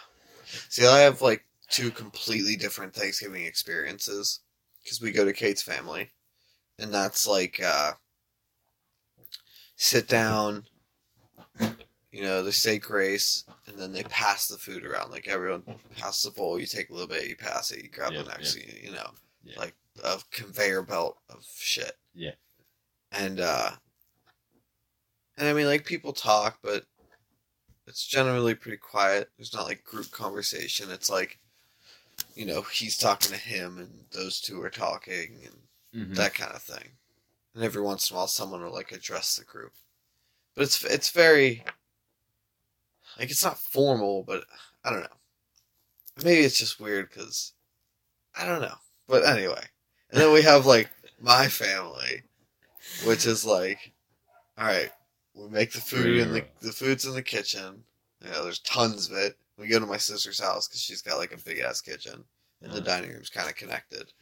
A: See, I have like two completely different Thanksgiving experiences because we go to Kate's family, and that's like uh, sit down, you know, they say grace, and then they pass the food around. Like everyone passes the bowl, you take a little bit, you pass it, you grab
B: Yep,
A: the next, you, you know,
B: Yeah.
A: like a conveyor belt of shit.
B: Yeah.
A: And, uh, and I mean, like people talk, but it's generally pretty quiet. There's not like group conversation. It's like, you know, he's talking to him and those two are talking and that kind of thing. And every once in a while, someone will like address the group. But it's it's very like it's not formal, but I don't know. Maybe it's just weird because I don't know. But anyway, and then we have like my family, which is like, all right, we make the food in the the food's in the kitchen. You know, there's tons of it. We go to my sister's house because she's got like a big ass kitchen, and the
B: Uh-huh.
A: dining room's kind of connected.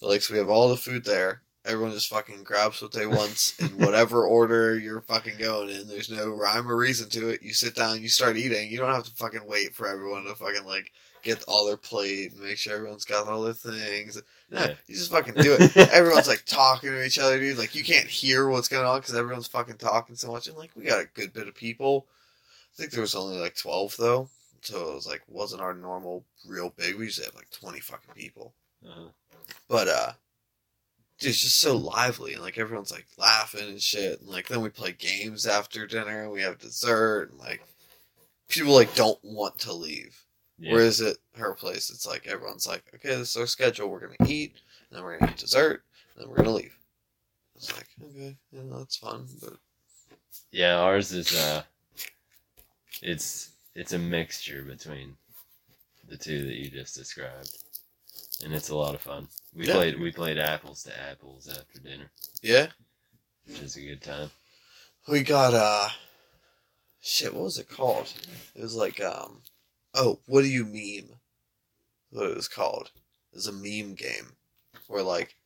A: But like, so we have all the food there. Everyone just fucking grabs what they want in whatever order you're fucking going in. There's no rhyme or reason to it. You sit down, you start eating. You don't have to fucking wait for everyone to fucking like get all their plate and make sure everyone's got all their things. No,
B: Yeah.
A: [LAUGHS] you just fucking do it. everyone's like talking to each other, dude. Like you can't hear what's going on because everyone's fucking talking so much. And like we got a good bit of people. I think there was only like twelve though, so it was like wasn't our normal real big. We usually have like twenty fucking people.
B: Uh-huh.
A: But uh dude, it's just so lively and like everyone's like laughing and shit and like then we play games after dinner and we have dessert and like people like don't want to leave.
B: Yeah.
A: Whereas at her place it's like everyone's like, Okay, this is our schedule, we're gonna eat, and then we're gonna eat dessert, and then we're gonna leave. It's like, okay, you know, that's fun, but
B: Yeah, ours is uh it's it's a mixture between the two that you just described. And it's a lot of fun. We
A: Yeah.
B: played we played apples to apples after dinner,
A: yeah.
B: which is a good time.
A: We got uh shit, what was it called? It was like um oh, what do you meme? What it was called. It was a meme game where like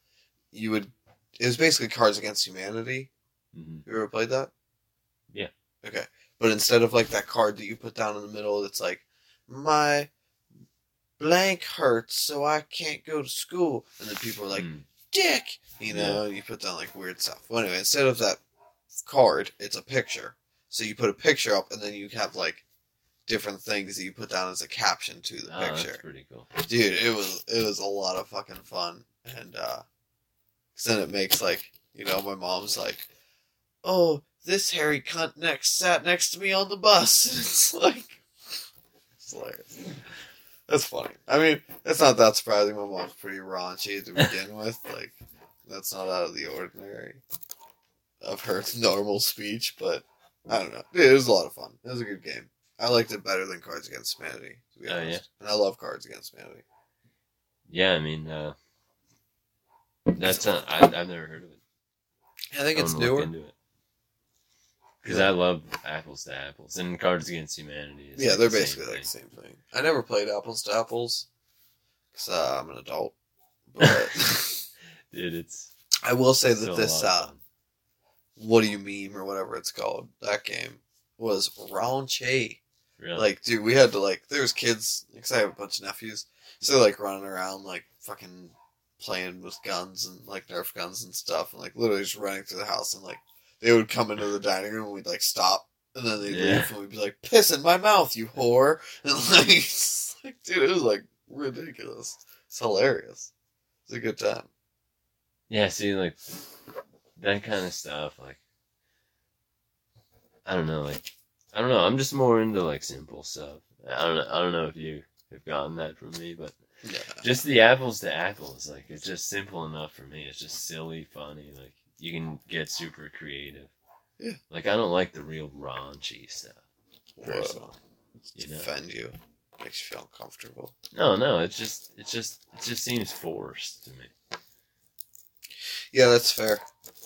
A: you would it was basically Cards Against Humanity.
B: Mhm.
A: You ever played that?
B: Yeah.
A: Okay. But instead of like that card that you put down in the middle that's like my blank hurts so I can't go to school and then people are like
B: Mm.
A: dick. You know, you put down like weird stuff. Well, anyway, instead of that card, it's a picture. So you put a picture up, and then you have like different things that you put down as a caption to the
B: oh, that's
A: picture.
B: pretty cool.
A: Dude, it was it was a lot of fucking fun, and uh, 'cause then it makes like you know my mom's like, oh, this hairy cunt next sat next to me on the bus. [LAUGHS] it's like, it's hilarious. That's funny. I mean, it's not that surprising. My mom's pretty raunchy to [LAUGHS] begin with. Like, that's not out of the ordinary of her [LAUGHS] normal speech, but I don't know. Dude, it was a lot of fun. It was a good game. I liked it better than Cards Against Humanity, to be
B: Oh,
A: honest. And I love Cards Against Humanity.
B: Yeah, I mean uh that's not I I've never heard of it.
A: I think it's
B: I'm gonna look
A: newer.
B: into it. Because I love apples to apples and Cards Against Humanity. is
A: yeah,
B: like
A: they're
B: the same
A: basically like
B: thing.
A: the same thing. I never played apples to apples because uh, I'm an adult. But
B: [LAUGHS] Dude, it's
A: I will say
B: still
A: that
B: a lot
A: this,
B: of
A: uh,
B: fun.
A: what do you meme or whatever it's called, that game was raunchy.
B: Really.
A: Like, dude, we had to like. There was kids because I have a bunch of nephews, so they're like running around like fucking playing with guns and like Nerf guns and stuff, and like literally just running through the house and like they would come into the dining room and we'd like stop and then they'd
B: Yeah.
A: leave and we'd be like, "Piss in my mouth, you whore!" [LAUGHS] And like, it's like, dude, it was like ridiculous. It's hilarious. It's a good time.
B: Yeah, see, like that kind of stuff. Like, I don't know. Like, I don't know. I'm just more into like simple stuff. I don't. know- I don't know if you have gotten that from me, but Just the apples to apples, like it's just simple enough for me. It's just silly, funny. Like you can get super creative.
A: Yeah.
B: Like I don't like the real raunchy stuff. First of
A: Whoa.
B: all. You know.
A: Offend you. Makes you feel uncomfortable.
B: No, no. It's just, it's just, it just seems forced to me.
A: Yeah, that's fair.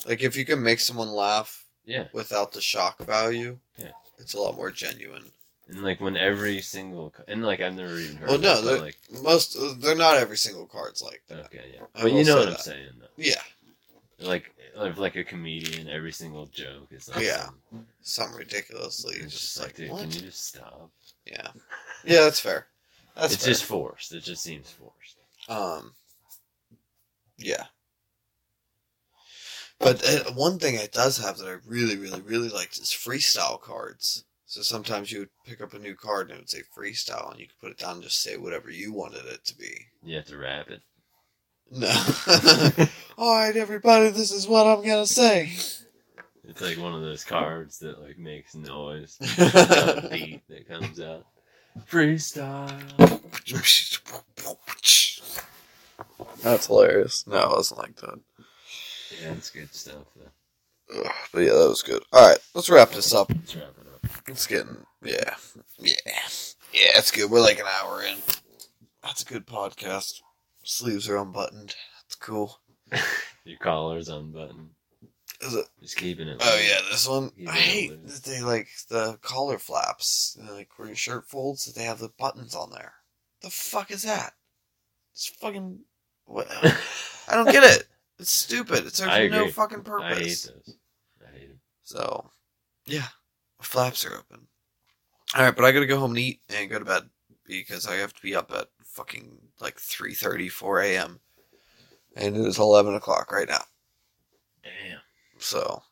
A: Like if you can make someone laugh
B: Yeah.
A: without the shock value,
B: Yeah.
A: it's a lot more genuine.
B: And like when every single co- and like I've never even heard.
A: Well,
B: of
A: no,
B: it,
A: they're-
B: but like
A: Most they're not every single card's like that.
B: okay, yeah.
A: I
B: But you
A: will
B: know
A: say
B: what I'm
A: that.
B: saying though.
A: Yeah,
B: Like, of like a comedian, every single joke is like,
A: Yeah.
B: some-
A: some ridiculously
B: It's
A: just,
B: just
A: like,
B: like, dude,
A: what?
B: can you just stop?
A: Yeah, yeah, that's fair. That's
B: it's
A: fair.
B: just forced. It just seems forced.
A: Um, yeah. But uh, one thing it does have that I really, really, really liked is freestyle cards. So sometimes you would pick up a new card and it would say freestyle, and you could put it down and just say whatever you wanted it to be.
B: You have to wrap it.
A: No. [LAUGHS]
B: [LAUGHS]
A: All right, everybody, this is what I'm gonna say.
B: It's like one of those cards that like makes noise, a beat that comes out. Freestyle.
A: [LAUGHS] That's hilarious. No, it wasn't like that.
B: Yeah, it's good stuff. Though.
A: Ugh, but yeah, that was good. All right, let's wrap this up.
B: Let's wrap it up.
A: It's getting yeah, yeah, yeah. It's good. We're like an hour in. That's a good podcast. Sleeves are unbuttoned. That's cool.
B: Your collar's unbuttoned.
A: Is it?
B: Just keeping it.
A: Oh
B: loose.
A: yeah, this one.
B: You
A: I
B: don't
A: hate
B: lose.
A: that they like the collar flaps, like where your shirt folds. That they have the buttons on there. The fuck is that? It's fucking. What? I don't
B: [LAUGHS]
A: get it. It's stupid. It serves
B: I
A: no
B: agree.
A: fucking
B: I hate
A: purpose.
B: those. I hate them.
A: So, yeah, flaps are open. All right, but I gotta go home and eat and go to bed because I have to be up at fucking like 3.30, 4 a.m. And it is eleven o'clock right now.
B: Damn.
A: So,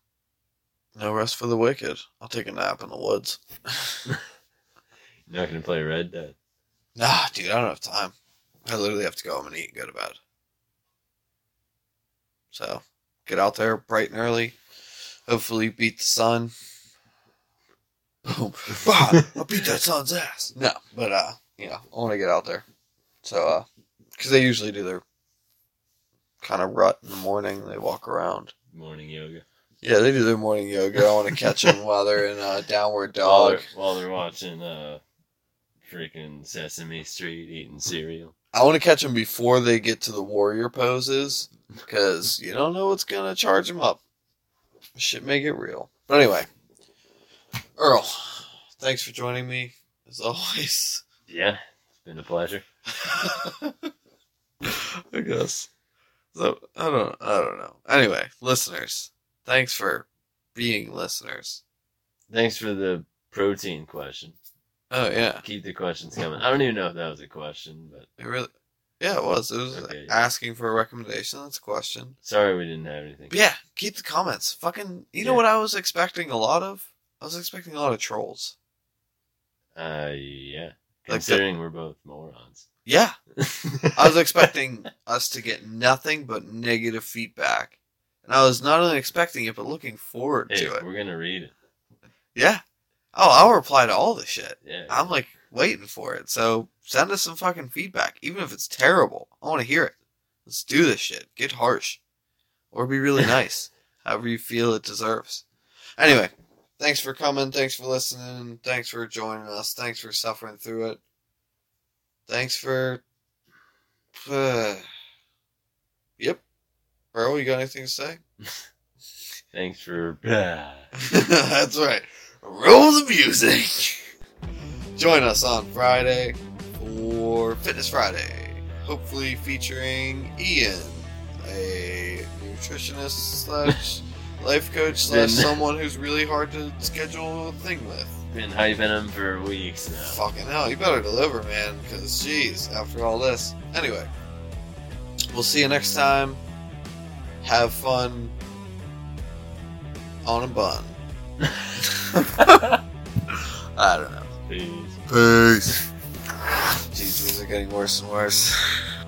A: no rest for the wicked. I'll take a nap in the woods.
B: Not gonna play Red Dead.
A: Nah, dude, I don't have time. I literally have to go home and eat and go to bed. So, get out there bright and early. Hopefully, beat the sun. Boom. [LAUGHS] Bah, I'll beat that sun's ass. No, but, uh, you know, I want to get out there. So, uh, because they usually do their kind of rut in the morning. They walk around.
B: Morning yoga.
A: Yeah, they do their morning yoga. I want to catch them while they're in uh, downward
B: While
A: dog.
B: they're, while they're watching uh, freaking Sesame Street eating cereal.
A: I want to catch them before they get to the warrior poses because you don't know what's going to charge them up. Shit may get real. But anyway, Earl, thanks for joining me as always.
B: Yeah, it's been a pleasure.
A: [LAUGHS] I guess. So I don't I don't know. Anyway, listeners, thanks for being listeners.
B: Thanks for the protein question.
A: Oh yeah,
B: Keep the questions coming. I don't even know if that was a question, but
A: it really. Yeah, it was. It was
B: Okay.
A: asking for a recommendation. That's a question.
B: sorry we didn't have anything.
A: But yeah, keep the comments. Fucking, you know
B: Yeah.
A: what I was expecting a lot of? I was expecting a lot of trolls.
B: Uh, yeah.
A: the-
B: Considering we're both morons.
A: Yeah, I
B: [LAUGHS]
A: was expecting us to get nothing but negative feedback, and I was not only expecting it but looking forward
B: hey,
A: to it.
B: we're gonna read it.
A: Yeah. Oh, I'll reply to all the shit.
B: Yeah.
A: I'm like waiting for it. So send us some fucking feedback, even if it's terrible. I want to hear it. Let's do this shit. Get harsh, or be really nice, however you feel it deserves. Anyway, thanks for coming. Thanks for listening. Thanks for joining us. Thanks for suffering through it. Thanks for. [SIGHS] yep. Earl, you got anything to say?
B: Thanks for. [SIGHS]
A: [LAUGHS] That's right. Roll the music. Join us on Friday for Fitness Friday, hopefully featuring Ian, a nutritionist slash life coach slash
B: Been-
A: someone who's really hard to schedule a thing with.
B: been hyping them for weeks now.
A: Fucking hell, you better deliver, man, because jeez, after all this. Anyway, we'll see you next time. Have fun on a bun. I don't know.
B: Please.
A: Peace. Jeez, these are getting worse and worse.